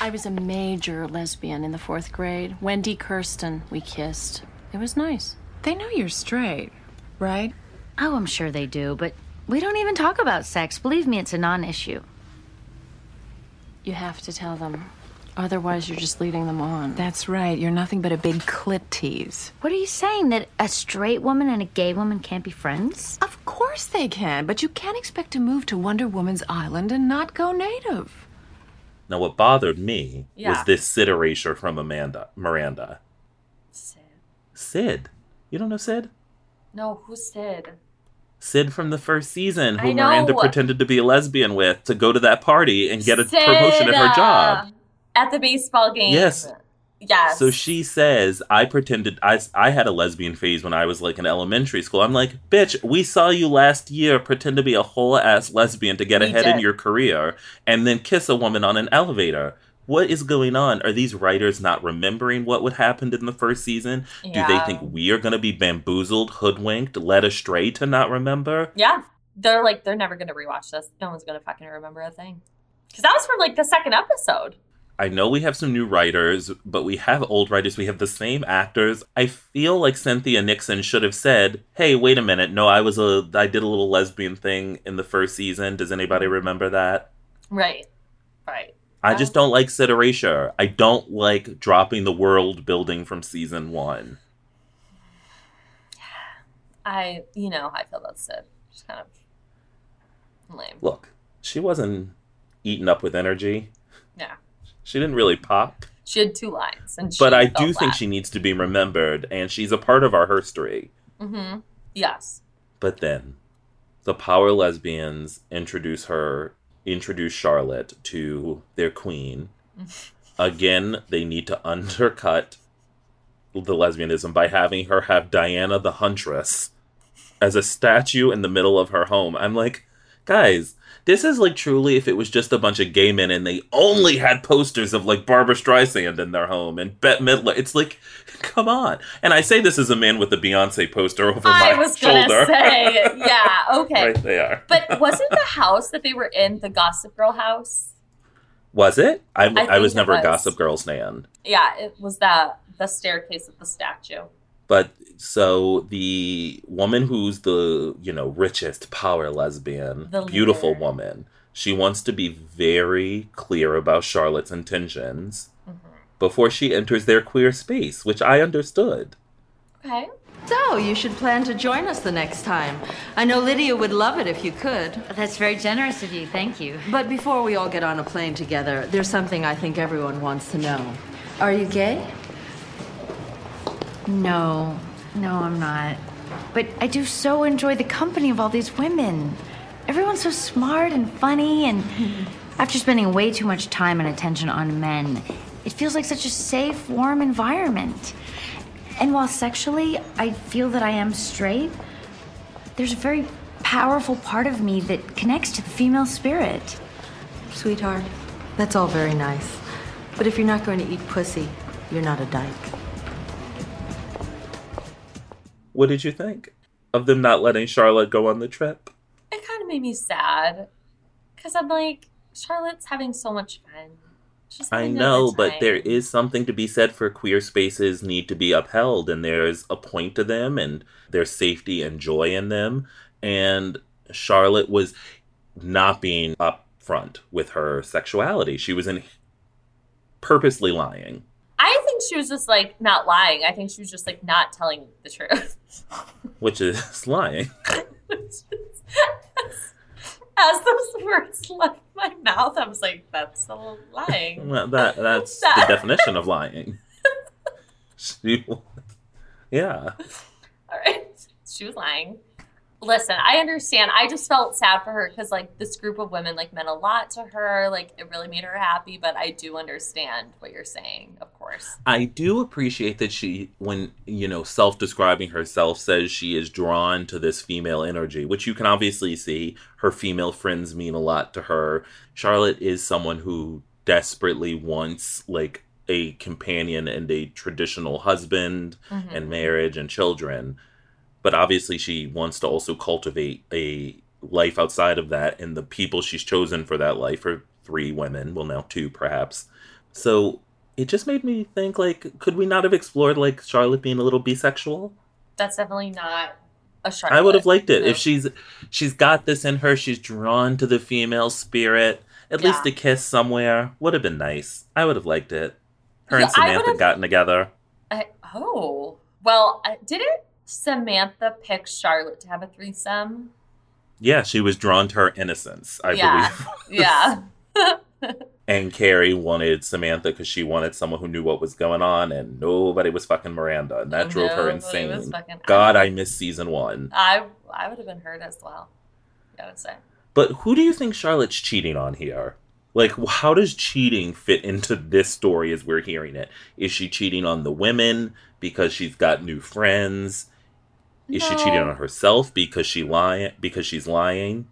[SPEAKER 7] I was a major lesbian in the fourth grade. Wendy Kirsten. We kissed. It was nice.
[SPEAKER 6] They know you're straight, right?
[SPEAKER 9] Oh, I'm sure they do, but we don't even talk about sex. Believe me, it's a non issue.
[SPEAKER 7] You have to tell them. Otherwise, you're just leading them on.
[SPEAKER 6] That's right. You're nothing but a big clit tease.
[SPEAKER 9] What are you saying? That a straight woman and a gay woman can't be friends?
[SPEAKER 6] Of course they can, but you can't expect to move to Wonder Woman's island and not go native.
[SPEAKER 3] Now, what bothered me was
[SPEAKER 2] Yeah.
[SPEAKER 3] this Sid erasure from Amanda Miranda.
[SPEAKER 2] Sid.
[SPEAKER 3] Sid. You don't know Sid?
[SPEAKER 2] No, who Sid?
[SPEAKER 3] Sid from the first season, who
[SPEAKER 2] I know.
[SPEAKER 3] Miranda pretended to be a lesbian with to go to that party and get a promotion at her
[SPEAKER 2] Sid,
[SPEAKER 3] job.
[SPEAKER 2] uh, at the baseball game.
[SPEAKER 3] Yes.
[SPEAKER 2] Yes.
[SPEAKER 3] So she says, I pretended I, I had a lesbian phase when I was like in elementary school. I'm like, bitch, we saw you last year pretend to be a whole ass lesbian to get
[SPEAKER 2] We
[SPEAKER 3] ahead in
[SPEAKER 2] did.
[SPEAKER 3] your career and then kiss a woman on an elevator. What is going on? Are these writers not remembering what would happened in the first season? Do
[SPEAKER 2] Yeah.
[SPEAKER 3] they think we are going to be bamboozled, hoodwinked, led astray to not remember?
[SPEAKER 2] Yeah. They're like, they're never going to rewatch this. No one's going to fucking remember a thing. Because that was from like the second episode.
[SPEAKER 3] I know we have some new writers, but we have old writers. We have the same actors. I feel like Cynthia Nixon should have said, "Hey, wait a minute. No, I was a I did a little lesbian thing in the first season. Does anybody remember that?"
[SPEAKER 2] Right. Right.
[SPEAKER 3] I just don't like set erasure. I don't like dropping the world building from season 1.
[SPEAKER 2] I, you know, how I feel that's it. Just kind of lame.
[SPEAKER 3] Look, she wasn't eaten up with energy.
[SPEAKER 2] Yeah.
[SPEAKER 3] She didn't really pop,
[SPEAKER 2] She had two lines. and
[SPEAKER 3] but I do think she needs to be remembered and she's a part of our history.
[SPEAKER 2] Mm-hmm. Yes.
[SPEAKER 3] But then the power lesbians introduce her, introduce Charlotte to
[SPEAKER 2] [LAUGHS]
[SPEAKER 3] their queen. Again, they need to undercut the lesbianism by having her have Diana the Huntress as a statue in the middle of her home. I'm like, guys, this is like truly if it was just a bunch of gay men and they only had posters of like Barbara Streisand in their home and Bette Midler. It's like, [LAUGHS] come on. And I say this as a man with a Beyonce poster over
[SPEAKER 2] I
[SPEAKER 3] my
[SPEAKER 2] was going to
[SPEAKER 3] shoulder.
[SPEAKER 2] say, yeah. Okay.
[SPEAKER 3] [LAUGHS] right there.
[SPEAKER 2] But wasn't the house that they were in the Gossip Girl house?
[SPEAKER 3] Was it? I,
[SPEAKER 2] think
[SPEAKER 3] I, was
[SPEAKER 2] it
[SPEAKER 3] never
[SPEAKER 2] was.
[SPEAKER 3] a Gossip Girls fan.
[SPEAKER 2] Yeah, it was the the staircase of the statue.
[SPEAKER 3] But so the woman who's the, you know, richest power lesbian,
[SPEAKER 2] The
[SPEAKER 3] beautiful
[SPEAKER 2] leader.
[SPEAKER 3] woman, she wants to be very clear about Charlotte's intentions
[SPEAKER 2] Mm-hmm.
[SPEAKER 3] before she enters their queer space, which I understood.
[SPEAKER 2] Okay.
[SPEAKER 10] So, you should plan to join us the next time. I know Lydia would love it if you could.
[SPEAKER 9] That's very generous of you. Thank you.
[SPEAKER 10] But before we all get on a plane together, there's something I think everyone wants to know. Are you gay?
[SPEAKER 9] No, no, I'm not. But I do so enjoy the company of all these women. Everyone's so smart and funny, [LAUGHS] and after spending way too much time and attention on men, it feels like such a safe, warm environment. And while sexually I feel that I am straight, there's a very powerful part of me that connects to the female spirit.
[SPEAKER 10] Sweetheart, that's all very nice. But if you're not going to eat pussy, you're not a dyke.
[SPEAKER 3] What did you think of them not letting Charlotte go on the trip?
[SPEAKER 2] It kind of made me sad because I'm like, Charlotte's having so much fun. She's
[SPEAKER 3] I
[SPEAKER 2] having a
[SPEAKER 3] know,
[SPEAKER 2] good
[SPEAKER 3] but
[SPEAKER 2] time.
[SPEAKER 3] there is something to be said for queer spaces need to be upheld, and there's a point to them, and there's safety and joy in them. And Charlotte was not being upfront with her sexuality. She was in purposely lying.
[SPEAKER 2] I think she was just like not lying. I think she was just like not telling the truth. [LAUGHS]
[SPEAKER 3] Which is [LAUGHS] lying.
[SPEAKER 2] As those words left my mouth, I was like, that's a little lying.
[SPEAKER 3] Well, that that's
[SPEAKER 2] [LAUGHS]
[SPEAKER 3] the definition of lying. [LAUGHS] She- yeah.
[SPEAKER 2] All right. She was lying. Listen, I understand. I just felt sad for her because, like, this group of women, like, meant a lot to her. Like, it really made her happy. But I do understand what you're saying, of course.
[SPEAKER 3] I do appreciate that she, when, you know, self describing herself, says she is drawn to this female energy, which you can obviously see. Her female friends mean a lot to her. Charlotte is someone who desperately wants, like, a companion and a traditional husband
[SPEAKER 2] Mhm.
[SPEAKER 3] and marriage and children. But obviously, she wants to also cultivate a life outside of that. And the people she's chosen for that life are three women, well, now two perhaps. So it just made me think like, could we not have explored like Charlotte being a little bisexual?
[SPEAKER 2] That's definitely not a shark.
[SPEAKER 3] I would have liked it
[SPEAKER 2] No.
[SPEAKER 3] if she's she's got this in her. She's drawn to the female spirit. At least
[SPEAKER 2] Yeah.
[SPEAKER 3] a kiss somewhere would have been nice. I would have liked it. Her
[SPEAKER 2] Yeah,
[SPEAKER 3] and
[SPEAKER 2] I
[SPEAKER 3] Samantha
[SPEAKER 2] would've-
[SPEAKER 3] gotten together.
[SPEAKER 2] I, oh. Well, uh, didn't Samantha pick Charlotte to have a threesome?
[SPEAKER 3] Yeah, she was drawn to her innocence, I
[SPEAKER 2] yeah.
[SPEAKER 3] believe. [LAUGHS]
[SPEAKER 2] [LAUGHS] yeah.
[SPEAKER 3] And Carrie wanted Samantha because she wanted someone who knew what was going on, and nobody was fucking Miranda, and that drove her
[SPEAKER 2] Nobody was
[SPEAKER 3] insane.
[SPEAKER 2] fucking-
[SPEAKER 3] God, I miss season one.
[SPEAKER 2] I I would have been hurt as well. Gotta say.
[SPEAKER 3] But who do you think Charlotte's cheating on here? Like, how does cheating fit into this story as we're hearing it? Is she cheating on the women because she's got new friends? Is she cheating
[SPEAKER 2] No.
[SPEAKER 3] on herself because she lying because she's lying?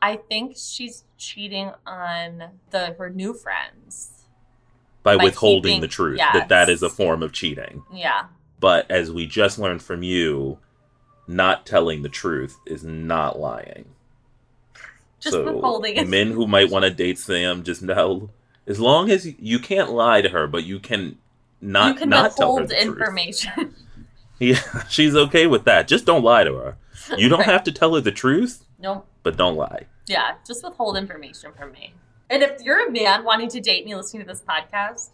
[SPEAKER 2] I think she's cheating on the her new friends.
[SPEAKER 3] By,
[SPEAKER 2] By
[SPEAKER 3] withholding
[SPEAKER 2] keeping-
[SPEAKER 3] the truth that that
[SPEAKER 2] yes.
[SPEAKER 3] is a form of cheating.
[SPEAKER 2] Yeah.
[SPEAKER 3] But as we just learned from you, not telling the truth is not lying.
[SPEAKER 2] Just withholding it.
[SPEAKER 3] Men who might want to date Sam just know as long as you can't lie to her, but you can not
[SPEAKER 2] you can
[SPEAKER 3] not tell her
[SPEAKER 2] withhold
[SPEAKER 3] the truth.
[SPEAKER 2] information.
[SPEAKER 3] [LAUGHS]
[SPEAKER 2] [LAUGHS]
[SPEAKER 3] Yeah, she's okay with that. Just don't lie to her. You
[SPEAKER 2] [LAUGHS]
[SPEAKER 3] don't
[SPEAKER 2] Right.
[SPEAKER 3] have to tell her the truth,
[SPEAKER 2] no.
[SPEAKER 3] but don't lie.
[SPEAKER 2] Yeah, just withhold information from me. And if you're a man wanting to date me listening to this podcast,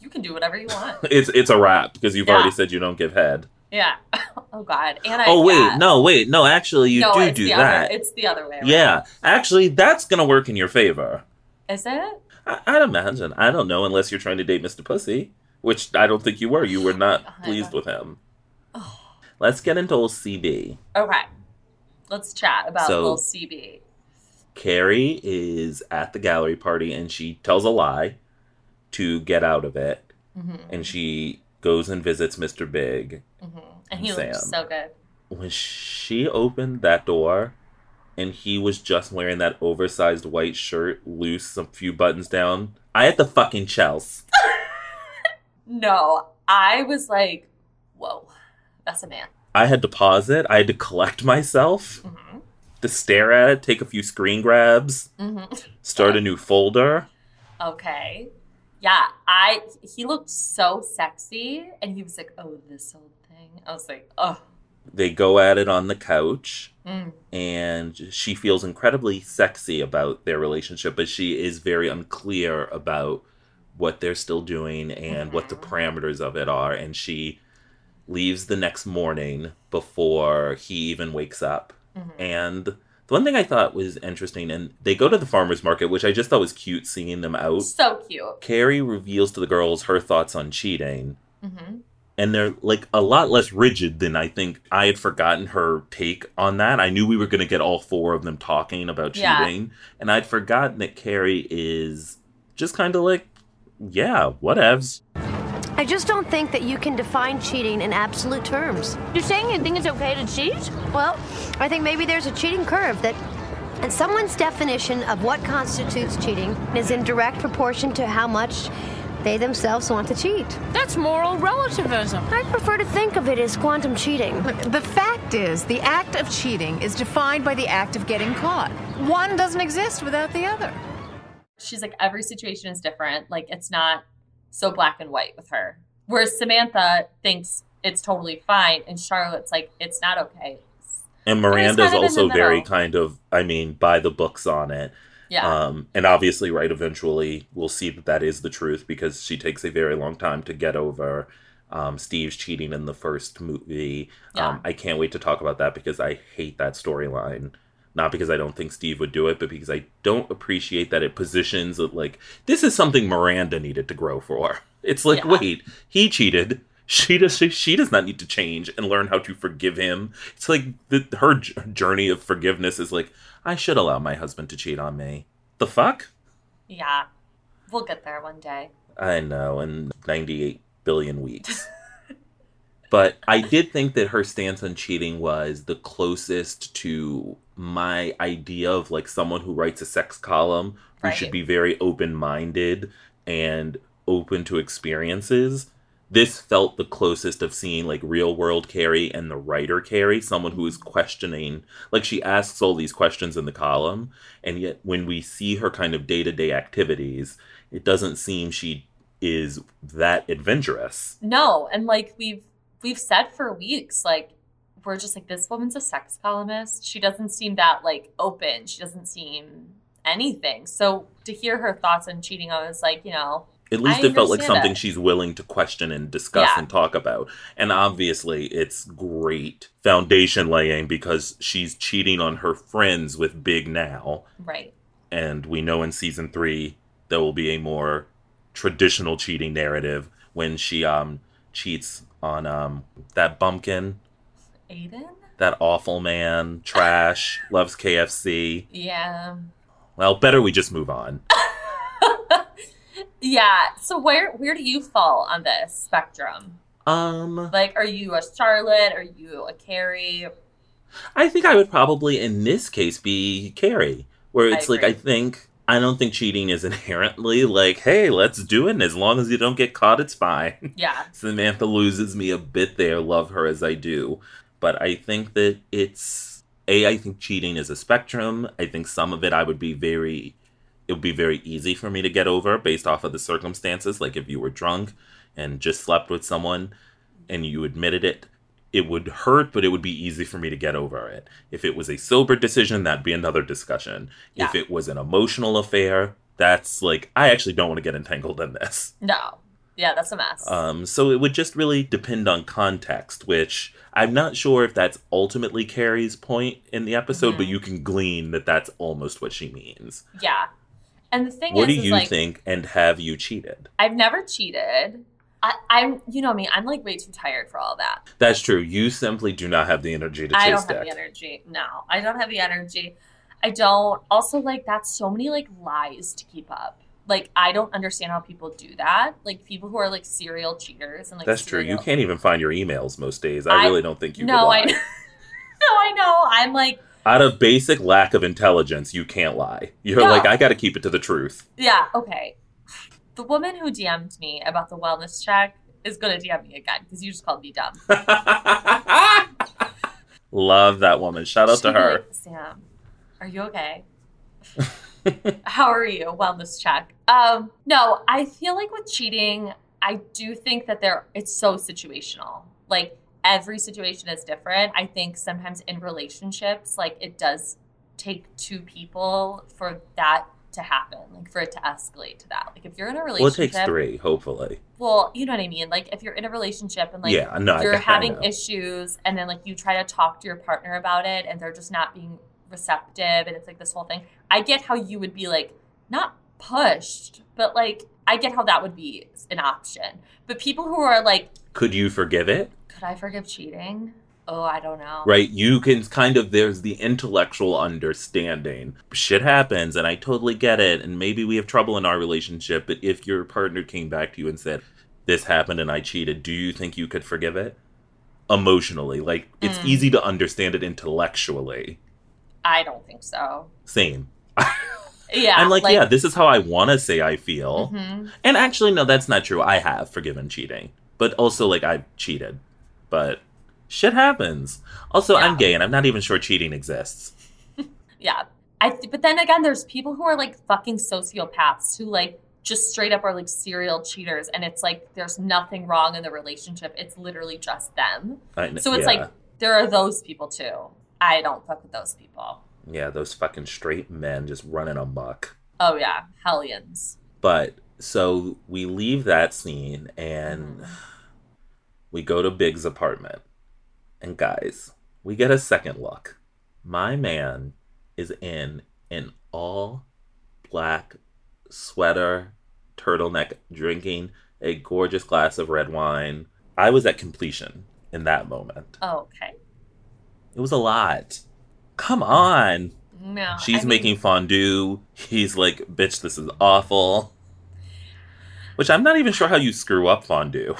[SPEAKER 2] you can do whatever you want.
[SPEAKER 3] [LAUGHS] It's it's a wrap because you've
[SPEAKER 2] Yeah.
[SPEAKER 3] already said you don't give head.
[SPEAKER 2] Yeah. [LAUGHS] Oh God. And I
[SPEAKER 3] oh wait,
[SPEAKER 2] yeah.
[SPEAKER 3] no, wait, no. Actually, you
[SPEAKER 2] No,
[SPEAKER 3] do
[SPEAKER 2] it's
[SPEAKER 3] do
[SPEAKER 2] the
[SPEAKER 3] that.
[SPEAKER 2] Other, it's the other way. around.
[SPEAKER 3] yeah, actually, that's gonna work in your favor.
[SPEAKER 2] Is it?
[SPEAKER 3] I, I'd imagine. I don't know unless you're trying to date Mr. Pussy, which I don't think you were. You were not pleased with him. Let's get into old CB.
[SPEAKER 2] Okay. Let's chat about
[SPEAKER 3] So-
[SPEAKER 2] little CB.
[SPEAKER 3] Carrie is at the gallery party and she tells a lie to get out of it.
[SPEAKER 2] Mhm.
[SPEAKER 3] And she goes and visits Mr. Big.
[SPEAKER 2] And he looks
[SPEAKER 3] Sam.
[SPEAKER 2] so good.
[SPEAKER 3] When she opened that door and he was just wearing that oversized white shirt, loose, a few buttons down, I had the fucking chels.
[SPEAKER 2] No, I was like, whoa, that's a man.
[SPEAKER 3] I had to pause it. I had to collect myself, to stare at it, take a few screen grabs,
[SPEAKER 2] Mhm.
[SPEAKER 3] start a new folder.
[SPEAKER 2] Okay. Yeah, I he looked so sexy, and he was like, "Oh, this old thing." I was like, "Oh,
[SPEAKER 3] They go at it on the couch,
[SPEAKER 2] mm,
[SPEAKER 3] and she feels incredibly sexy about their relationship, but she is very unclear about what they're still doing and what the parameters of it are. And she leaves the next morning before he even wakes up. And the one thing I thought was interesting, and they go to the farmer's market, which I just thought was cute seeing them out.
[SPEAKER 2] so cute."
[SPEAKER 3] Carrie reveals to the girls her thoughts on cheating,
[SPEAKER 2] hmm
[SPEAKER 3] and they're like a lot less rigid than I think I had forgotten her take on that. I knew we were going to get all four of them talking about
[SPEAKER 2] Yeah.
[SPEAKER 3] cheating, and I'd forgotten that Carrie is just kind of like, yeah, whatevs.
[SPEAKER 4] I just don't think that you can define cheating in absolute terms.
[SPEAKER 7] You're saying you think it's okay to cheat?
[SPEAKER 4] Well, I think maybe there's a cheating curve that. And someone's definition of what constitutes cheating is in direct proportion to how much they themselves want to cheat.
[SPEAKER 7] That's moral relativism.
[SPEAKER 4] I prefer to think of it as quantum cheating.
[SPEAKER 6] The fact is, the act of cheating is defined by the act of getting caught. One doesn't exist without the other.
[SPEAKER 2] She's like, "Every situation is different. Like, it's not so black and white with her." Whereas Samantha thinks it's totally fine, and Charlotte's like, "It's not okay."
[SPEAKER 3] And
[SPEAKER 2] it's
[SPEAKER 3] Miranda's
[SPEAKER 2] kind of in
[SPEAKER 3] also
[SPEAKER 2] the
[SPEAKER 3] very
[SPEAKER 2] middle.
[SPEAKER 3] kind of, I mean, by the books on it.
[SPEAKER 2] Yeah.
[SPEAKER 3] Um, and obviously, right, eventually we'll see that that is the truth because she takes a very long time to get over um, Steve's cheating in the first movie. Um, I can't wait to talk about that because I hate that storyline. Not because I don't think Steve would do it, but because I don't appreciate that it positions it like this is something Miranda needed to grow for. It's like, wait, he cheated. She does. She, she does not need to change and learn how to forgive him. It's like the, her j- journey of forgiveness is like I should allow my husband to cheat on me. The fuck?
[SPEAKER 2] yeah, we'll get there one day.
[SPEAKER 3] I know, in 98 billion weeks. but I did think that her stance on cheating was the closest to my idea of like someone who writes a sex column who should
[SPEAKER 2] Right.
[SPEAKER 3] be very open minded and open to experiences. This felt the closest of seeing like real world Carrie and the writer Carrie, someone who is questioning. Like she asks all these questions in the column, and yet when we see her kind of day to day activities, it doesn't seem she is that adventurous.
[SPEAKER 2] No, and like we've we've said for weeks, like we're just like this woman's a sex columnist. She doesn't seem that like open. She doesn't seem anything. So to hear her thoughts on cheating, I was like, you know,
[SPEAKER 3] At least
[SPEAKER 2] I
[SPEAKER 3] it felt like
[SPEAKER 2] understand
[SPEAKER 3] something
[SPEAKER 2] it.
[SPEAKER 3] she's willing to question and discuss
[SPEAKER 2] Yeah.
[SPEAKER 3] and talk about. And obviously, it's great foundation laying because she's cheating on her friends with Big now.
[SPEAKER 2] right.
[SPEAKER 3] And we know in season three there will be a more traditional cheating narrative when she um cheats on um that bumpkin,
[SPEAKER 2] Aiden?
[SPEAKER 3] that awful man, trash, loves KFC.
[SPEAKER 2] Yeah.
[SPEAKER 3] Well, better we just move on.
[SPEAKER 2] Yeah. So where where do you fall on this spectrum?
[SPEAKER 3] Um,
[SPEAKER 2] Like, are you a Charlotte? Are you a Carrie?
[SPEAKER 3] I think I would probably, in this case, be Carrie, where
[SPEAKER 2] I
[SPEAKER 3] it's like I think I don't think cheating is inherently like, hey, let's do it. And as long as you don't get caught, it's fine. [LAUGHS]
[SPEAKER 2] Yeah.
[SPEAKER 3] Samantha loses me a bit there. Love her as I do, but I think that it's a. I think cheating is a spectrum. I think some of it I would be very. It would be very easy for me to get over based off of the circumstances. Like if you were drunk and just slept with someone, and you admitted it, it would hurt, but it would be easy for me to get over it. If it was a sober decision, that'd be another discussion. If it was an emotional affair, that's like I actually don't want to get entangled in this.
[SPEAKER 2] No. Yeah, that's a mess.
[SPEAKER 3] Um, so it would just really depend on context, which I'm not sure if that's ultimately Carrie's point in the episode,
[SPEAKER 2] Mm-hmm.
[SPEAKER 3] but you can glean that that's almost what she means.
[SPEAKER 2] yeah. And the thing
[SPEAKER 3] what
[SPEAKER 2] is,
[SPEAKER 3] do
[SPEAKER 2] is,
[SPEAKER 3] you
[SPEAKER 2] like,
[SPEAKER 3] think? And have you cheated?
[SPEAKER 2] I've never cheated. I, I'm, you know me, I'm like way too tired for all that.
[SPEAKER 3] That's true. You simply do not have the energy to
[SPEAKER 2] I
[SPEAKER 3] chase
[SPEAKER 2] don't have
[SPEAKER 3] that.
[SPEAKER 2] the energy. No, I don't have the energy. I don't. Also, like that's so many like lies to keep up. Like I don't understand how people do that. Like people who are like serial cheaters and like
[SPEAKER 3] That's true. You
[SPEAKER 2] serial-
[SPEAKER 3] can't even find your emails most days. I,
[SPEAKER 2] I-
[SPEAKER 3] really don't think you.
[SPEAKER 2] No, I. [LAUGHS]
[SPEAKER 3] could
[SPEAKER 2] no,
[SPEAKER 3] lie.
[SPEAKER 2] I know. I'm like
[SPEAKER 3] [LAUGHS] Out of basic lack of intelligence, you can't lie. You're
[SPEAKER 2] No.
[SPEAKER 3] like, I got to keep it to the truth. [LAUGHS]
[SPEAKER 2] Yeah, okay. The woman who DM'd me about the wellness check is going to DM me again because you just called me dumb.
[SPEAKER 3] Love that woman. Shout out
[SPEAKER 2] She'd
[SPEAKER 3] to
[SPEAKER 2] be
[SPEAKER 3] her.
[SPEAKER 2] like, Sam, are you okay? [LAUGHS] How are you? Wellness check. Um, no, I feel like with cheating, I do think that there it's so situational. Like every situation is different. I think sometimes in relationships, like it does take two people for that to happen, like for it to escalate to that. Like if you're in a
[SPEAKER 3] Well, it
[SPEAKER 2] relationship,
[SPEAKER 3] takes three, hopefully.
[SPEAKER 2] well, you know what I mean. Like if you're in a relationship and like
[SPEAKER 3] Yeah, no, I-
[SPEAKER 2] you're
[SPEAKER 3] I
[SPEAKER 2] having
[SPEAKER 3] know.
[SPEAKER 2] issues, and then like you try to talk to your partner about it, and they're just not being receptive, and it's like this whole thing. I get how you would be like not pushed, but like I get how that would be an option. But people who are like,
[SPEAKER 3] Could you forgive it?
[SPEAKER 2] could I forgive cheating? Oh, I don't know.
[SPEAKER 3] Right? You can kind of, there's the intellectual understanding. Shit happens, and I totally get it. And maybe we have trouble in our relationship, but if your partner came back to you and said, This happened and I cheated, do you think you could forgive it? Emotionally. Like, it's
[SPEAKER 2] Mm.
[SPEAKER 3] easy to understand it intellectually.
[SPEAKER 2] I don't think so.
[SPEAKER 3] Same.
[SPEAKER 2] Yeah,
[SPEAKER 3] I'm like, yeah, this is how I want to say I feel.
[SPEAKER 2] Mhm.
[SPEAKER 3] And actually, no, that's not true. I have forgiven cheating, but also like I've cheated, but shit happens. Also, I'm gay, and I'm not even sure cheating exists.
[SPEAKER 2] Yeah. I th- but then again, there's people who are like fucking sociopaths who like just straight up are like serial cheaters, and it's like there's nothing wrong in the relationship. It's literally just them.
[SPEAKER 3] I kn-
[SPEAKER 2] so it's
[SPEAKER 3] yeah.
[SPEAKER 2] like there are those people too. I don't fuck with those people.
[SPEAKER 3] Yeah, those fucking straight men just running amok.
[SPEAKER 2] Oh yeah, hellions.
[SPEAKER 3] But so we leave that scene and we go to Big's apartment. And guys, we get a second look. My man is in an all black sweater, turtleneck, drinking a gorgeous glass of red wine. I was at completion in that moment.
[SPEAKER 2] Oh, okay.
[SPEAKER 3] It was a lot. Come on.
[SPEAKER 2] No.
[SPEAKER 3] She's
[SPEAKER 2] I mean,
[SPEAKER 3] making fondue. He's like, bitch, this is awful. Which I'm not even sure how you screw up fondue.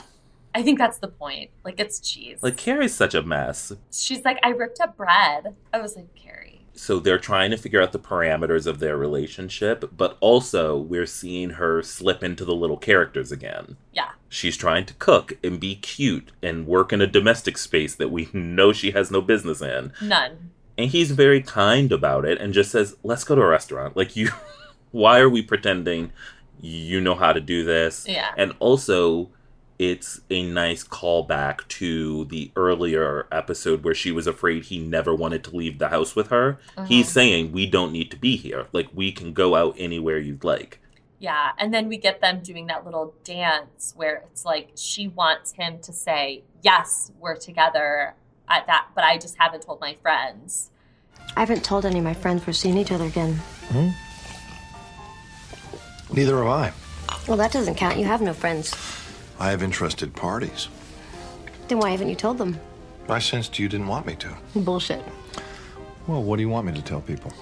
[SPEAKER 2] I think that's the point. Like it's cheese.
[SPEAKER 3] Like, Carrie's such a mess.
[SPEAKER 2] She's like, I ripped up bread. I was like, Carrie.
[SPEAKER 3] So they're trying to figure out the parameters of their relationship, but also we're seeing her slip into the little characters again.
[SPEAKER 2] Yeah.
[SPEAKER 3] She's trying to cook and be cute and work in a domestic space that we [LAUGHS] know she has no business in.
[SPEAKER 2] None.
[SPEAKER 3] And he's very kind about it and just says, let's go to a restaurant. Like, you, [LAUGHS] why are we pretending you know how to do this?
[SPEAKER 2] Yeah.
[SPEAKER 3] And also, it's a nice callback to the earlier episode where she was afraid he never wanted to leave the house with her. He's saying, we don't need to be here. Like, we can go out anywhere you'd like.
[SPEAKER 2] Yeah, and then we get them doing that little dance where it's like she wants him to say, "Yes, we're together." At that, but I just haven't told my friends.
[SPEAKER 4] I haven't told any of my friends we're seeing each other again.
[SPEAKER 11] Neither have I.
[SPEAKER 4] Well, that doesn't count. You have no friends.
[SPEAKER 11] I have interested parties.
[SPEAKER 4] Then why haven't you told them?
[SPEAKER 11] I sensed you didn't want me to.
[SPEAKER 4] Bullshit.
[SPEAKER 11] Well, what do you want me to tell people?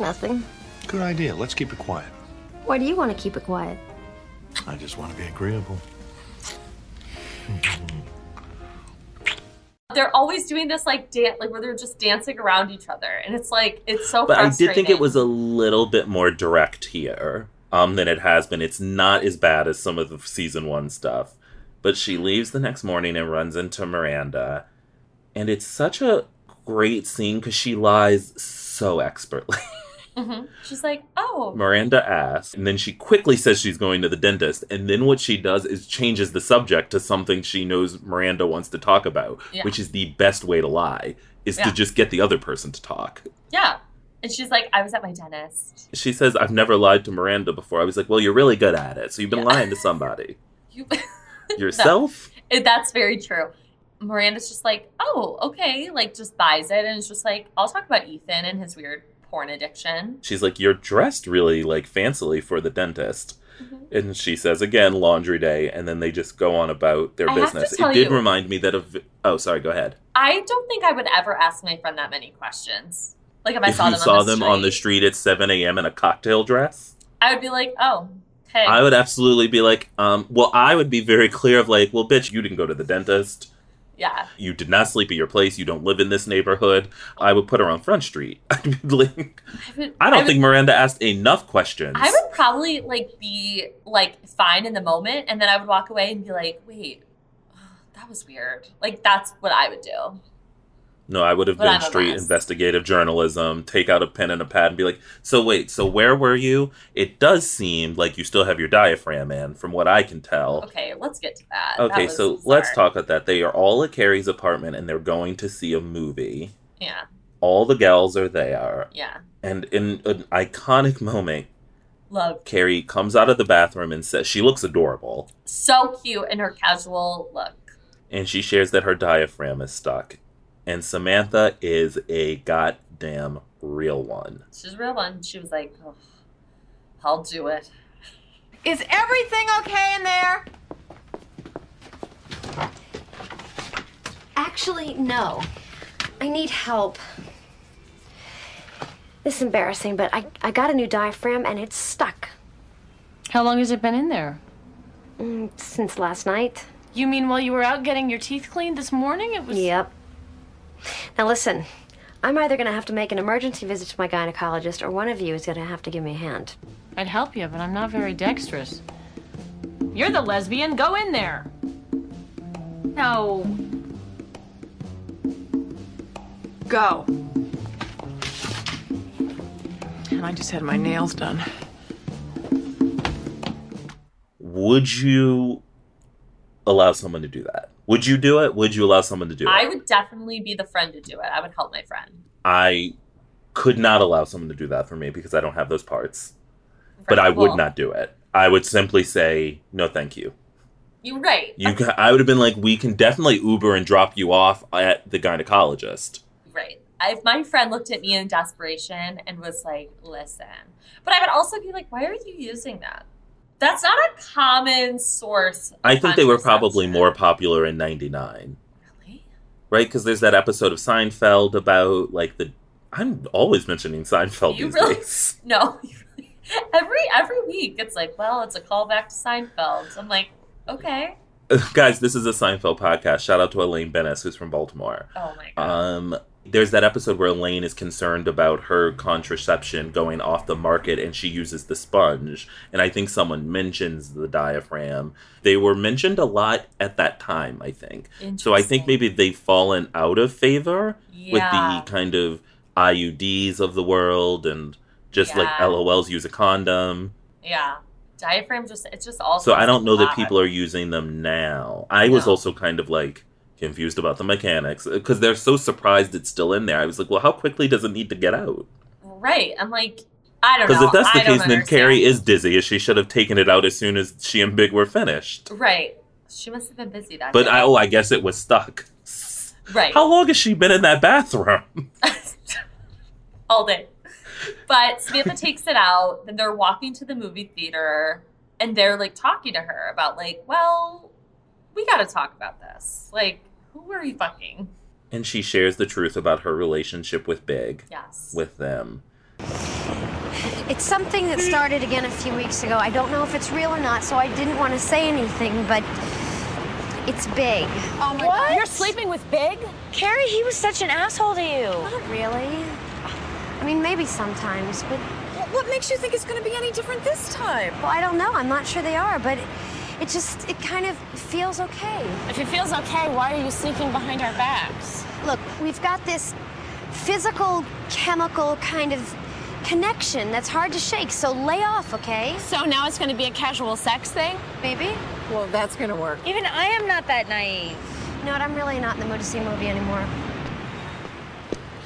[SPEAKER 4] Nothing.
[SPEAKER 11] Good idea. Let's keep it quiet.
[SPEAKER 4] Why do you want to keep it quiet?
[SPEAKER 11] I just want to be agreeable.
[SPEAKER 2] They're always doing this like dance, like where they're just dancing around each other, and it's like it's so.
[SPEAKER 3] But I
[SPEAKER 2] frustrating.
[SPEAKER 3] did think it was a little bit more direct here um, than it has been. It's not as bad as some of the season one stuff. But she leaves the next morning and runs into Miranda. And it's such a great scene because she lies so expertly. [LAUGHS]
[SPEAKER 2] hmm She's like, oh,
[SPEAKER 3] Miranda asks, and then she quickly says she's going to the dentist. And then what she does is changes the subject to something she knows Miranda wants to talk about,
[SPEAKER 2] Yeah.
[SPEAKER 3] which is the best way to lie, is
[SPEAKER 2] Yeah.
[SPEAKER 3] to just get the other person to talk.
[SPEAKER 2] yeah. And she's like, I was at my dentist.
[SPEAKER 3] She says, I've never lied to Miranda before. I was like, Well, you're really good at it. So you've been lying to somebody.
[SPEAKER 2] [LAUGHS] You
[SPEAKER 3] Yourself?
[SPEAKER 2] It- That's very true. Miranda's just like, oh, okay, like just buys it, and it's just like, I'll talk about Ethan and his weird porn addiction.
[SPEAKER 3] She's like, You're dressed really like fancily for the dentist.
[SPEAKER 2] Mm-hmm.
[SPEAKER 3] And she says again, laundry day, and then they just go on about their
[SPEAKER 2] I have to
[SPEAKER 3] business.
[SPEAKER 2] tell
[SPEAKER 3] It did
[SPEAKER 2] you-
[SPEAKER 3] remind me that of. Oh, sorry, go ahead.
[SPEAKER 2] I don't think I would ever ask my friend that many questions. Like if I
[SPEAKER 3] if
[SPEAKER 2] saw
[SPEAKER 3] you
[SPEAKER 2] them, on,
[SPEAKER 3] saw
[SPEAKER 2] the
[SPEAKER 3] them
[SPEAKER 2] street,
[SPEAKER 3] on the street at 7 a.m. in a cocktail dress,
[SPEAKER 2] I would be like, oh, hey,
[SPEAKER 3] I would absolutely be like, um, well, I would be very clear of like, well, bitch, you didn't go to the dentist.
[SPEAKER 2] yeah,
[SPEAKER 3] You did not sleep at your place. You don't live in this neighborhood. I would put her on Front Street. [LAUGHS] I'd be like,
[SPEAKER 2] I, would,
[SPEAKER 3] I don't
[SPEAKER 2] would-
[SPEAKER 3] think Miranda asked enough questions.
[SPEAKER 2] I would probably like be like fine in the moment, and then I would walk away and be like, wait, [SIGHS] that was weird. Like that's what I would do.
[SPEAKER 3] no, I would have
[SPEAKER 2] But
[SPEAKER 3] done
[SPEAKER 2] I'm a
[SPEAKER 3] street
[SPEAKER 2] mess.
[SPEAKER 3] investigative journalism, take out a pen and a pad and be like, so wait, so where were you? It does seem like you still have your diaphragm in, from what I can tell.
[SPEAKER 2] Okay, let's get to that. That
[SPEAKER 3] Okay,
[SPEAKER 2] was
[SPEAKER 3] so
[SPEAKER 2] bizarre.
[SPEAKER 3] let's talk about that. They are all at Carrie's apartment and they're going to see a movie.
[SPEAKER 2] Yeah,
[SPEAKER 3] All the gals are there.
[SPEAKER 2] yeah,
[SPEAKER 3] And in an iconic moment,
[SPEAKER 2] love.
[SPEAKER 3] Carrie comes out of the bathroom and says she looks adorable.
[SPEAKER 2] So cute in her casual look.
[SPEAKER 3] And she shares that her diaphragm is stuck. And Samantha is a goddamn real one.
[SPEAKER 2] She's a real one. She was like, oh, I'll do it.
[SPEAKER 6] Is everything okay in there?
[SPEAKER 4] Actually, no. I need help. This is embarrassing, but I, I got a new diaphragm and it's stuck.
[SPEAKER 7] How long has it been in there?
[SPEAKER 4] Mm, since last night.
[SPEAKER 7] You mean while you were out getting your teeth cleaned this morning? It was.
[SPEAKER 4] Yep. Now listen, I'm either going to have to make an emergency visit to my gynecologist or one of you is going to have to give me a hand.
[SPEAKER 7] I'd help you, but I'm not very dexterous. You're the lesbian. Go in there. No.
[SPEAKER 6] Go. And I just had my nails done.
[SPEAKER 3] Would you allow someone to do that? Would you do it? Would you allow someone to do it?
[SPEAKER 2] I would definitely be the friend to do it. I would help my friend.
[SPEAKER 3] I could not allow someone to do that for me because I don't have those parts. But I would
[SPEAKER 2] Cool.
[SPEAKER 3] not do it. I would simply say no, thank you.
[SPEAKER 2] You're right.
[SPEAKER 3] You, ca I would have been like, we can definitely Uber and drop you off at the gynecologist.
[SPEAKER 2] Right. If my friend looked at me in desperation and was like, listen, but I would also be like, why are you using that? That's not a common source. of
[SPEAKER 3] I think they were
[SPEAKER 2] contraception.
[SPEAKER 3] probably more popular in '99. Really? Right? Because there's that episode of Seinfeld about like the. I'm always mentioning Seinfeld
[SPEAKER 2] You
[SPEAKER 3] these
[SPEAKER 2] really
[SPEAKER 3] days. [LAUGHS]
[SPEAKER 2] no. [LAUGHS] you really- every every week, it's like, well, it's a callback to Seinfeld. I'm like, okay,
[SPEAKER 3] Guys, this is a Seinfeld podcast. Shout out to Elaine Bennis, who's from Baltimore.
[SPEAKER 2] oh my god,
[SPEAKER 3] Um, there's that episode where Elaine is concerned about her contraception going off the market and she uses the sponge. And I think someone mentions the diaphragm. They were mentioned a lot at that time, I think. So I think maybe they've fallen out of favor
[SPEAKER 2] Yeah.
[SPEAKER 3] with the kind of IUDs of the world and just like
[SPEAKER 2] Yeah.
[SPEAKER 3] LOLs use a condom.
[SPEAKER 2] yeah. Diaphragm just it's just all.
[SPEAKER 3] So I don't know that
[SPEAKER 2] sorts of
[SPEAKER 3] people are using them now. I was also kind of like confused about the mechanics because they're so surprised it's still in there. I was like, well, how quickly does it need to get out?
[SPEAKER 2] crap. Right. I'm like, I don't know.
[SPEAKER 3] Because if that's the
[SPEAKER 2] I don't
[SPEAKER 3] case, then
[SPEAKER 2] understand.
[SPEAKER 3] Carrie is dizzy, as she should have taken it out as soon as she and Big were finished.
[SPEAKER 2] Right. She must have been busy that
[SPEAKER 3] But
[SPEAKER 2] day.
[SPEAKER 3] I, oh, I guess it was stuck.
[SPEAKER 2] right.
[SPEAKER 3] How long has she been in that bathroom? [LAUGHS]
[SPEAKER 2] all day. But Samantha takes it out. Then they're walking to the movie theater, and they're like talking to her about like, well, we got to talk about this. Like, who are you fucking?
[SPEAKER 3] And she shares the truth about her relationship with Big.
[SPEAKER 2] Yes.
[SPEAKER 3] With them.
[SPEAKER 12] It's something that started again a few weeks ago. I don't know if it's real or not, so I didn't want to say anything, but it's Big. Oh
[SPEAKER 13] Um,
[SPEAKER 12] my
[SPEAKER 7] What? God. You're
[SPEAKER 12] sleeping with Big? Carrie, he was such an asshole to you. Not really. I mean, maybe sometimes, but. What makes you think it's going to be any different this time? Well, I don't know. I'm not sure they are, but it, it just, it kind of feels okay.
[SPEAKER 13] If it feels okay, why are you sneaking behind our backs?
[SPEAKER 12] Look, we've got this physical, chemical kind of connection that's hard to shake, so lay off, okay? So now it's going to be a casual sex thing? Maybe. Well, that's going to work. Even I am not that naive. You know what? I'm really not in the mood to see a movie anymore.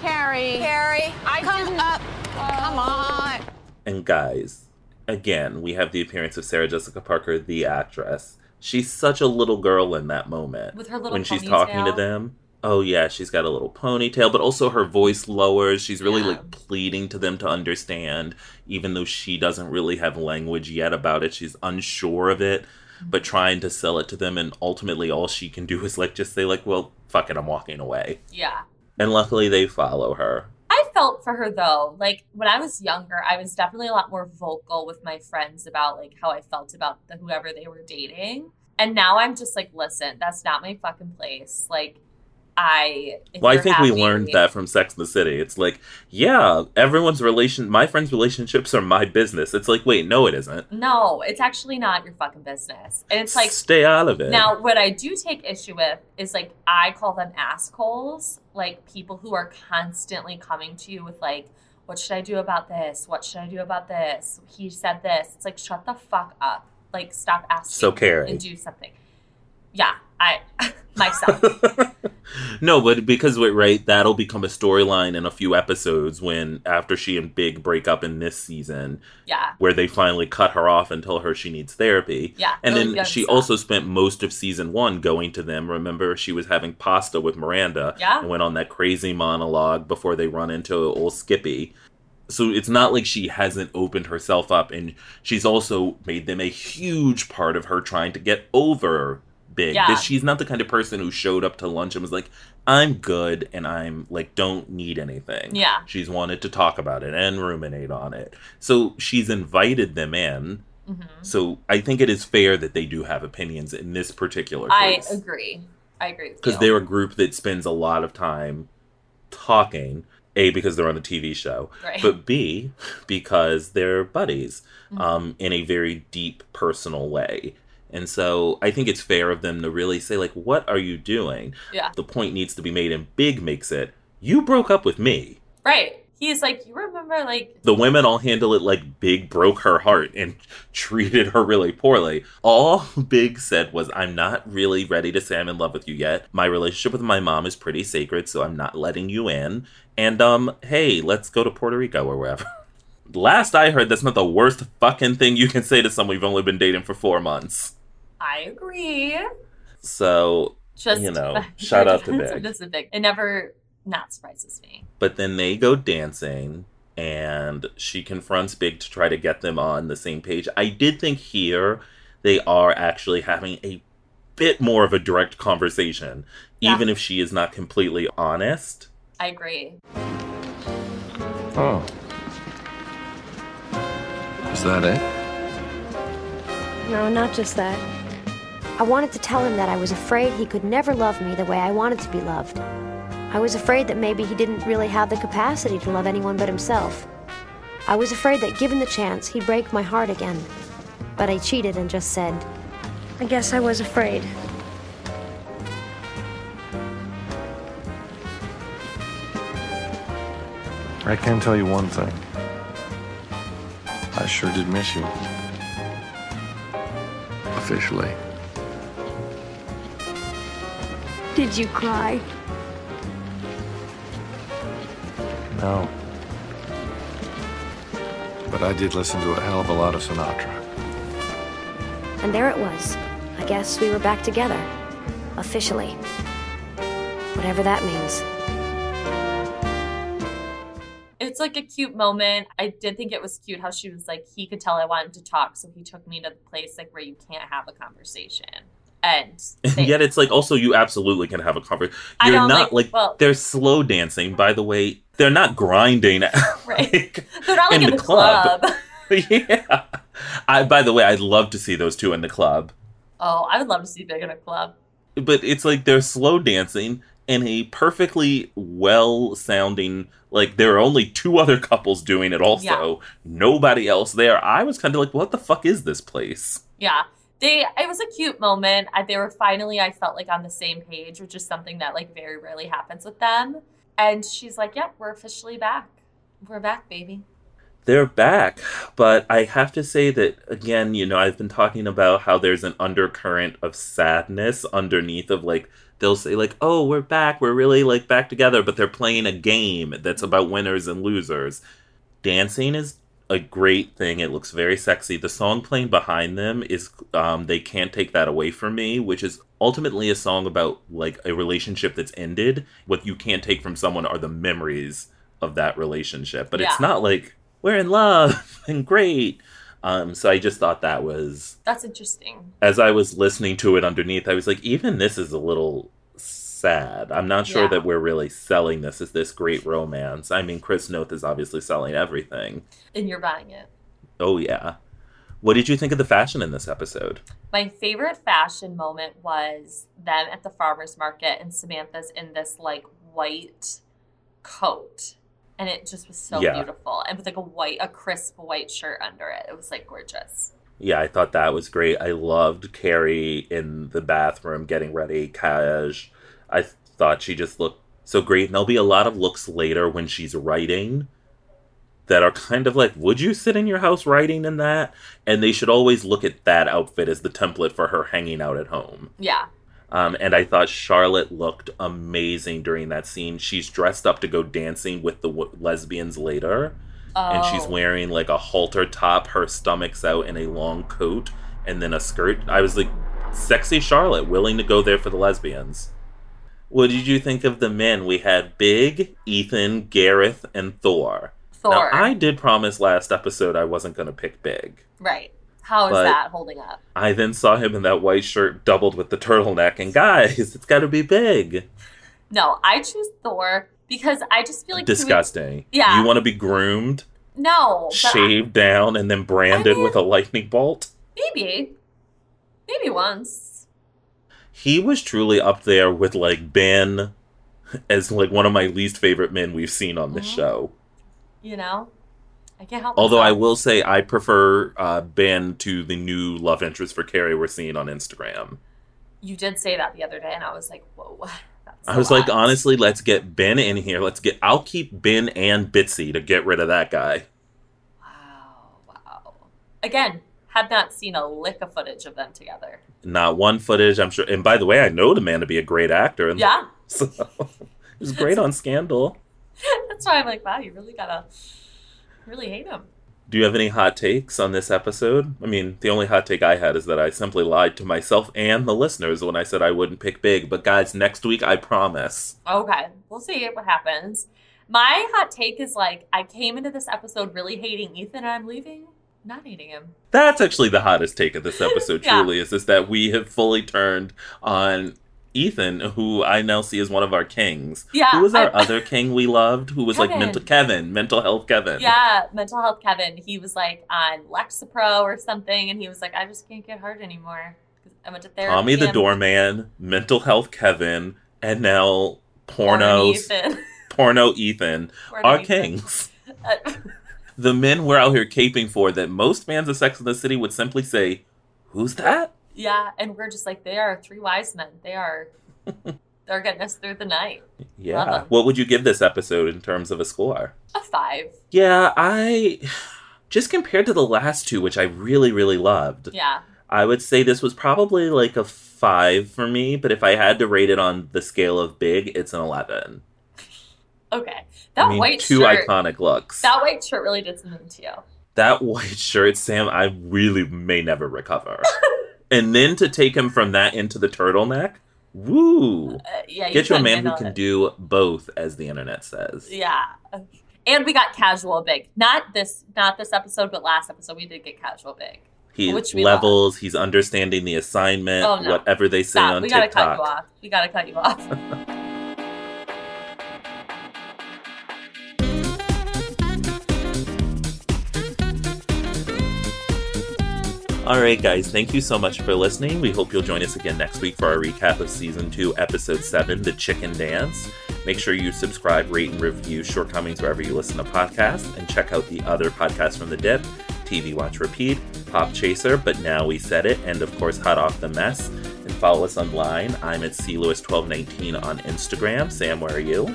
[SPEAKER 13] Carrie. Carrie. I come up. Come on.
[SPEAKER 3] And guys, again, we have the appearance of Sarah Jessica Parker, the actress. She's such a little girl in that moment.
[SPEAKER 2] With her little
[SPEAKER 3] when she's
[SPEAKER 2] ponytail.
[SPEAKER 3] talking to them. Oh yeah, she's got a little ponytail, but also her voice lowers. She's really like pleading to them to understand, even though she doesn't really have language yet about it. She's unsure of it,
[SPEAKER 2] Mm-hmm.
[SPEAKER 3] but trying to sell it to them and ultimately all she can do is like just say like, Well, fuck it, I'm walking away.
[SPEAKER 2] Yeah.
[SPEAKER 3] And luckily they follow her.
[SPEAKER 2] I felt for her though. Like when I was younger, I was definitely a lot more vocal with my friends about like how I felt about the, whoever they were dating. And now I'm just like, listen, that's not my fucking place. Like, I. if
[SPEAKER 3] Well, I
[SPEAKER 2] you're
[SPEAKER 3] think we
[SPEAKER 2] happy-
[SPEAKER 3] learned that from Sex and the City. It's like, yeah, everyone's relation, my friends' relationships are my business. It's like, wait, no, it isn't.
[SPEAKER 2] No, it's actually not your fucking business. And it's like,
[SPEAKER 3] Stay out of it.
[SPEAKER 2] Now, what I do take issue with is like I call them assholes, like people who are constantly coming to you with like, "What should I do about this? What should I do about this?" He said this. It's like shut the fuck up. Like stop asking.
[SPEAKER 3] So Carrie.
[SPEAKER 2] and do something. Yeah, I [LAUGHS]
[SPEAKER 3] [LAUGHS]
[SPEAKER 2] myself.
[SPEAKER 3] no, but because we're right, that'll become a storyline in a few episodes when after she and Big break up in this season,
[SPEAKER 2] yeah.
[SPEAKER 3] where they finally cut her off and tell her she needs therapy.
[SPEAKER 2] Yeah,
[SPEAKER 3] And
[SPEAKER 2] really
[SPEAKER 3] then
[SPEAKER 2] good
[SPEAKER 3] she
[SPEAKER 2] stuff.
[SPEAKER 3] also spent most of season one going to them. Remember, she was having pasta with Miranda
[SPEAKER 2] Yeah.
[SPEAKER 3] and went on that crazy monologue before they run into old Skippy. So it's not like she hasn't opened herself up, and she's also made them a huge part of her trying to get over Big.
[SPEAKER 2] Yeah.
[SPEAKER 3] That she's not the kind of person who showed up to lunch and was like, I'm good and I'm like, don't need anything.
[SPEAKER 2] Yeah.
[SPEAKER 3] She's wanted to talk about it and ruminate on it. So she's invited them in.
[SPEAKER 2] Mm-hmm.
[SPEAKER 3] So I think it is fair that they do have opinions in this particular
[SPEAKER 2] I
[SPEAKER 3] case.
[SPEAKER 2] agree. I agree. with
[SPEAKER 3] Because
[SPEAKER 2] you.
[SPEAKER 3] they're a group that spends a lot of time talking. A, because they're on a TV show.
[SPEAKER 2] Right.
[SPEAKER 3] But B, because they're buddies
[SPEAKER 2] Mhm.
[SPEAKER 3] um, in a very deep personal way. And so I think it's fair of them to really say, like, what are you doing?
[SPEAKER 2] Yeah.
[SPEAKER 3] The point needs to be made, and Big makes it. You broke up with me.
[SPEAKER 2] right. He's like, you remember, like,
[SPEAKER 3] The women all handle it like Big broke her heart and [LAUGHS] treated her really poorly. All Big said was, I'm not really ready to say I'm in love with you yet. My relationship with my mom is pretty sacred, so I'm not letting you in. And, um, hey, let's go to Puerto Rico or wherever. [LAUGHS] Last I heard, that's not the worst fucking thing you can say to someone you've only been dating for four months.
[SPEAKER 2] I agree.
[SPEAKER 3] So,
[SPEAKER 2] Just
[SPEAKER 3] you
[SPEAKER 2] [LAUGHS]
[SPEAKER 3] know, shout out to Big.
[SPEAKER 2] This is big. It never not surprises me.
[SPEAKER 3] But then they go dancing, and she confronts Big to try to get them on the same page. I did think here they are actually having a bit more of a direct conversation,
[SPEAKER 2] Yeah.
[SPEAKER 3] even if she is not completely honest.
[SPEAKER 2] I agree.
[SPEAKER 11] Oh. Is that it?
[SPEAKER 4] No, not just that. I wanted to tell him that I was afraid he could never love me the way I wanted to be loved. I was afraid that maybe he didn't really have the capacity to love anyone but himself. I was afraid that given the chance, he'd break my heart again. But I cheated and just said, I guess I was afraid.
[SPEAKER 11] I can tell you one thing. I sure did miss you. Officially.
[SPEAKER 4] Did you cry?
[SPEAKER 11] No. But I did listen to a hell of a lot of Sinatra.
[SPEAKER 4] And there it was. I guess we were back together. Officially. Whatever that means.
[SPEAKER 2] It's like a cute moment. I did think it was cute how she was like, he could tell I wanted to talk, so he took me to the place like where you can't have a conversation. and
[SPEAKER 3] [LAUGHS] And yet it's like also you absolutely can have a conversation.
[SPEAKER 2] I
[SPEAKER 3] You're
[SPEAKER 2] don't
[SPEAKER 3] not
[SPEAKER 2] like-
[SPEAKER 3] like,
[SPEAKER 2] well-
[SPEAKER 3] they're slow dancing, by the way. They're not
[SPEAKER 2] [LAUGHS]
[SPEAKER 3] grinding.
[SPEAKER 2] they're not like
[SPEAKER 3] In
[SPEAKER 2] in, the
[SPEAKER 3] the
[SPEAKER 2] club.
[SPEAKER 3] [LAUGHS]
[SPEAKER 2] [LAUGHS]
[SPEAKER 3] I by the way, I'd love to see those two in the club.
[SPEAKER 2] Oh, I would love to see Big in a club.
[SPEAKER 3] But it's like they're slow dancing in a perfectly well sounding like there are only two [LAUGHS] other couples doing it also. Nobody else there. I was kinda like, what the fuck is this place?
[SPEAKER 2] Yeah. They it was a cute moment. I, they were finally I felt like on the same page, which is something that like very rarely happens with them. And she's like, "Yep, we're officially back. We're back, baby."
[SPEAKER 3] They're back, but I have to say that again, you know, I've been talking about how there's an undercurrent of sadness underneath of like they'll say like, "Oh, we're back. We're really like back together," but they're playing a game that's about winners and losers. Dancing is a great thing. It looks very sexy. The song playing behind them is um, "They Can't Take That Away From Me," which is ultimately a song about like a relationship that's ended. What you can't take from someone are the memories of that relationship, but it's
[SPEAKER 2] Yeah.
[SPEAKER 3] not like we're in love [LAUGHS] and great. Um, so I just thought that was
[SPEAKER 2] That's interesting.
[SPEAKER 3] as I was listening to it underneath, I was like, even this is a little sad. I'm not sure
[SPEAKER 2] Yeah.
[SPEAKER 3] that we're really selling this as this great romance. I mean, Chris Noth is obviously selling everything.
[SPEAKER 2] And you're buying it.
[SPEAKER 3] Oh, yeah. What did you think of the fashion in this episode?
[SPEAKER 2] My favorite fashion moment was them at the farmers market and Samantha's in this like white coat. And it just was so
[SPEAKER 3] Yeah.
[SPEAKER 2] beautiful. And with like a white a crisp white shirt under it. It was like gorgeous.
[SPEAKER 3] Yeah, I thought that was great. I loved Carrie in the bathroom getting ready, Cash. I thought she just looked so great. And there'll be a lot of looks later when she's writing that are kind of like, would you sit in your house writing in that? And they should always look at that outfit as the template for her hanging out at home.
[SPEAKER 2] Yeah.
[SPEAKER 3] Um, and I thought Charlotte looked amazing during that scene. She's dressed up to go dancing with the w- lesbians later. And she's
[SPEAKER 2] Oh.
[SPEAKER 3] wearing like a halter top, her stomach's out, and a long coat, and then a skirt. I was like, sexy Charlotte, willing to go there for the lesbians. What did you think of the men? We had Big, Ethan, Gareth, and Thor. Now,
[SPEAKER 2] Thor.
[SPEAKER 3] I did promise last episode I wasn't going to pick Big.
[SPEAKER 2] Right. How is
[SPEAKER 3] But-
[SPEAKER 2] that holding up?
[SPEAKER 3] I then saw him in that white shirt doubled with the turtleneck, and guys, it's got to be big.
[SPEAKER 2] No, I choose Thor because I just feel like he would-
[SPEAKER 3] Disgusting.
[SPEAKER 2] Yeah.
[SPEAKER 3] You want to be groomed,
[SPEAKER 2] no, but I-
[SPEAKER 3] shaved down, and then branded with a lightning bolt?
[SPEAKER 2] maybe, maybe once.
[SPEAKER 3] He was truly up there with like Ben as like one of my least favorite men we've seen on
[SPEAKER 2] Mm-hmm.
[SPEAKER 3] this show.
[SPEAKER 2] You know, I can't help.
[SPEAKER 3] Although I
[SPEAKER 2] myself.
[SPEAKER 3] will say I prefer uh, Ben to the new love interest for Carrie we're seeing on Instagram.
[SPEAKER 2] you did say that the other day, and I was like, whoa. [LAUGHS]
[SPEAKER 3] I was like, honestly, let's get Ben in here. Let's get. I'll keep Ben and Bitsy to get rid of that guy.
[SPEAKER 2] Oh, Again, have not seen a lick of footage of them together.
[SPEAKER 3] Not one footage. I'm sure. And by the way, I know the man to be a great actor. And
[SPEAKER 2] Yeah, [LAUGHS]
[SPEAKER 3] [LAUGHS] So he was great on Scandal.
[SPEAKER 2] that's why I'm like, wow, you really gotta really hate him.
[SPEAKER 3] Do you have any hot takes on this episode? I mean, the only hot take I had is that I simply lied to myself and the listeners when I said I wouldn't pick Big. But guys, next week I promise.
[SPEAKER 2] Okay, we'll see what happens. My hot take is like, I came into this episode really hating Ethan, and I'm leaving not hating him.
[SPEAKER 3] That's actually the hottest take of this
[SPEAKER 2] [LAUGHS]
[SPEAKER 3] episode,
[SPEAKER 2] Yeah.
[SPEAKER 3] truly, is just that we have fully turned on Ethan, who I now see as one of our kings.
[SPEAKER 2] Yeah,
[SPEAKER 3] Who was our
[SPEAKER 2] I-
[SPEAKER 3] other king we loved? Who was like
[SPEAKER 2] Kevin.
[SPEAKER 3] mental Kevin, mental health Kevin.
[SPEAKER 2] Yeah, mental health Kevin. He was like on Lexapro or something, and he was like, I just can't get hard anymore. 'Cause I went to therapy.
[SPEAKER 3] Tommy the
[SPEAKER 2] and-
[SPEAKER 3] doorman, mental health Kevin, and now
[SPEAKER 2] Porno
[SPEAKER 3] porno
[SPEAKER 2] Ethan. [LAUGHS]
[SPEAKER 3] porno Ethan
[SPEAKER 2] Porno
[SPEAKER 3] are
[SPEAKER 2] Ethan.
[SPEAKER 3] kings.
[SPEAKER 2] Uh,
[SPEAKER 3] The men we're out here caping for that most fans of Sex in the City would simply say, Who's that?
[SPEAKER 2] yeah, and we're just like, they are three wise men. They
[SPEAKER 3] [LAUGHS]
[SPEAKER 2] are, they're getting us through the night.
[SPEAKER 3] Yeah.
[SPEAKER 2] Love 'em.
[SPEAKER 3] What would you give this episode in terms of a score?
[SPEAKER 2] A five.
[SPEAKER 3] Yeah, I just compared to the last two, which I really, really loved.
[SPEAKER 2] Yeah.
[SPEAKER 3] I would say this was probably like a five for me, but if I had to rate it on the scale of big, it's an eleven.
[SPEAKER 2] Okay. That
[SPEAKER 3] I mean,
[SPEAKER 2] white
[SPEAKER 3] two
[SPEAKER 2] shirt.
[SPEAKER 3] iconic looks.
[SPEAKER 2] That white shirt really did something to you.
[SPEAKER 3] that white shirt, Sam, I really may
[SPEAKER 2] [LAUGHS]
[SPEAKER 3] never recover. and then to take him from that into the turtleneck, woo!
[SPEAKER 2] yeah, you
[SPEAKER 3] Get you a
[SPEAKER 2] couldn't
[SPEAKER 3] man who
[SPEAKER 2] handle
[SPEAKER 3] can
[SPEAKER 2] it.
[SPEAKER 3] do both, as the internet says.
[SPEAKER 2] Yeah. And we got casual big. Not this, not this episode, but last episode we did get casual big.
[SPEAKER 3] He
[SPEAKER 2] Which we
[SPEAKER 3] levels. He's understanding the assignment.
[SPEAKER 2] Oh, no.
[SPEAKER 3] Whatever they say
[SPEAKER 2] Stop.
[SPEAKER 3] on
[SPEAKER 2] We gotta cut
[SPEAKER 3] TikTok.
[SPEAKER 2] you off. We gotta cut you
[SPEAKER 3] [LAUGHS]
[SPEAKER 2] off.
[SPEAKER 3] All right, guys, thank you so much for listening. We hope you'll join us again next week for our recap of Season 2, Episode 7, The Chicken Dance. Make sure you subscribe, rate, and review Shortcomings wherever you listen to podcasts, and check out the other podcasts from the dip TV Watch Repeat, Pop Chaser, But Now We Said It, and of course, Hot Off the Mess. And follow us online. I'm at CLewis1219 on Instagram. Sam, where are you?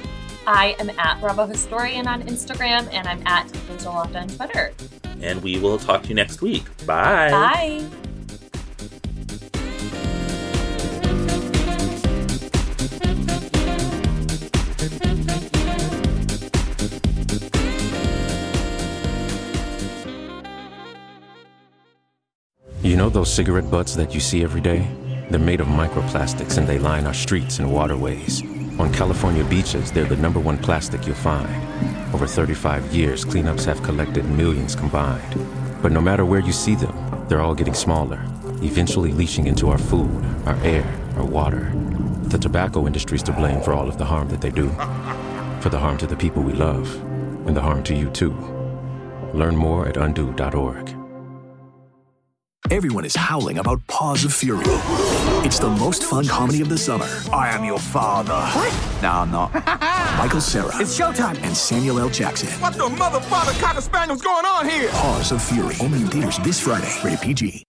[SPEAKER 2] I am at Bravo Historian on Instagram, and I'm at Angel Loft on Twitter.
[SPEAKER 3] And we will talk to you next week. Bye.
[SPEAKER 2] Bye.
[SPEAKER 1] You know those cigarette butts that you see every day? They're made of microplastics and they line our streets and waterways. On California beaches, they're the number one plastic you'll find. Over 35 years, cleanups have collected millions combined. But no matter where you see them, they're all getting smaller, eventually leaching into our food, our air, our water. The tobacco industry's to blame for all of the harm that they do, for the harm to the people we love, and the harm to you too. Learn more at undo.org.
[SPEAKER 14] Everyone is howling about Paws of Fury. It's the most fun comedy of the summer. I am your father. What? No, I'm [LAUGHS] not. Michael Sarah. It's showtime. And Samuel L. Jackson.
[SPEAKER 15] What the motherfucker cocker spaniel's going on here?
[SPEAKER 14] Paws of Fury. Only in theaters this Friday. Rated PG.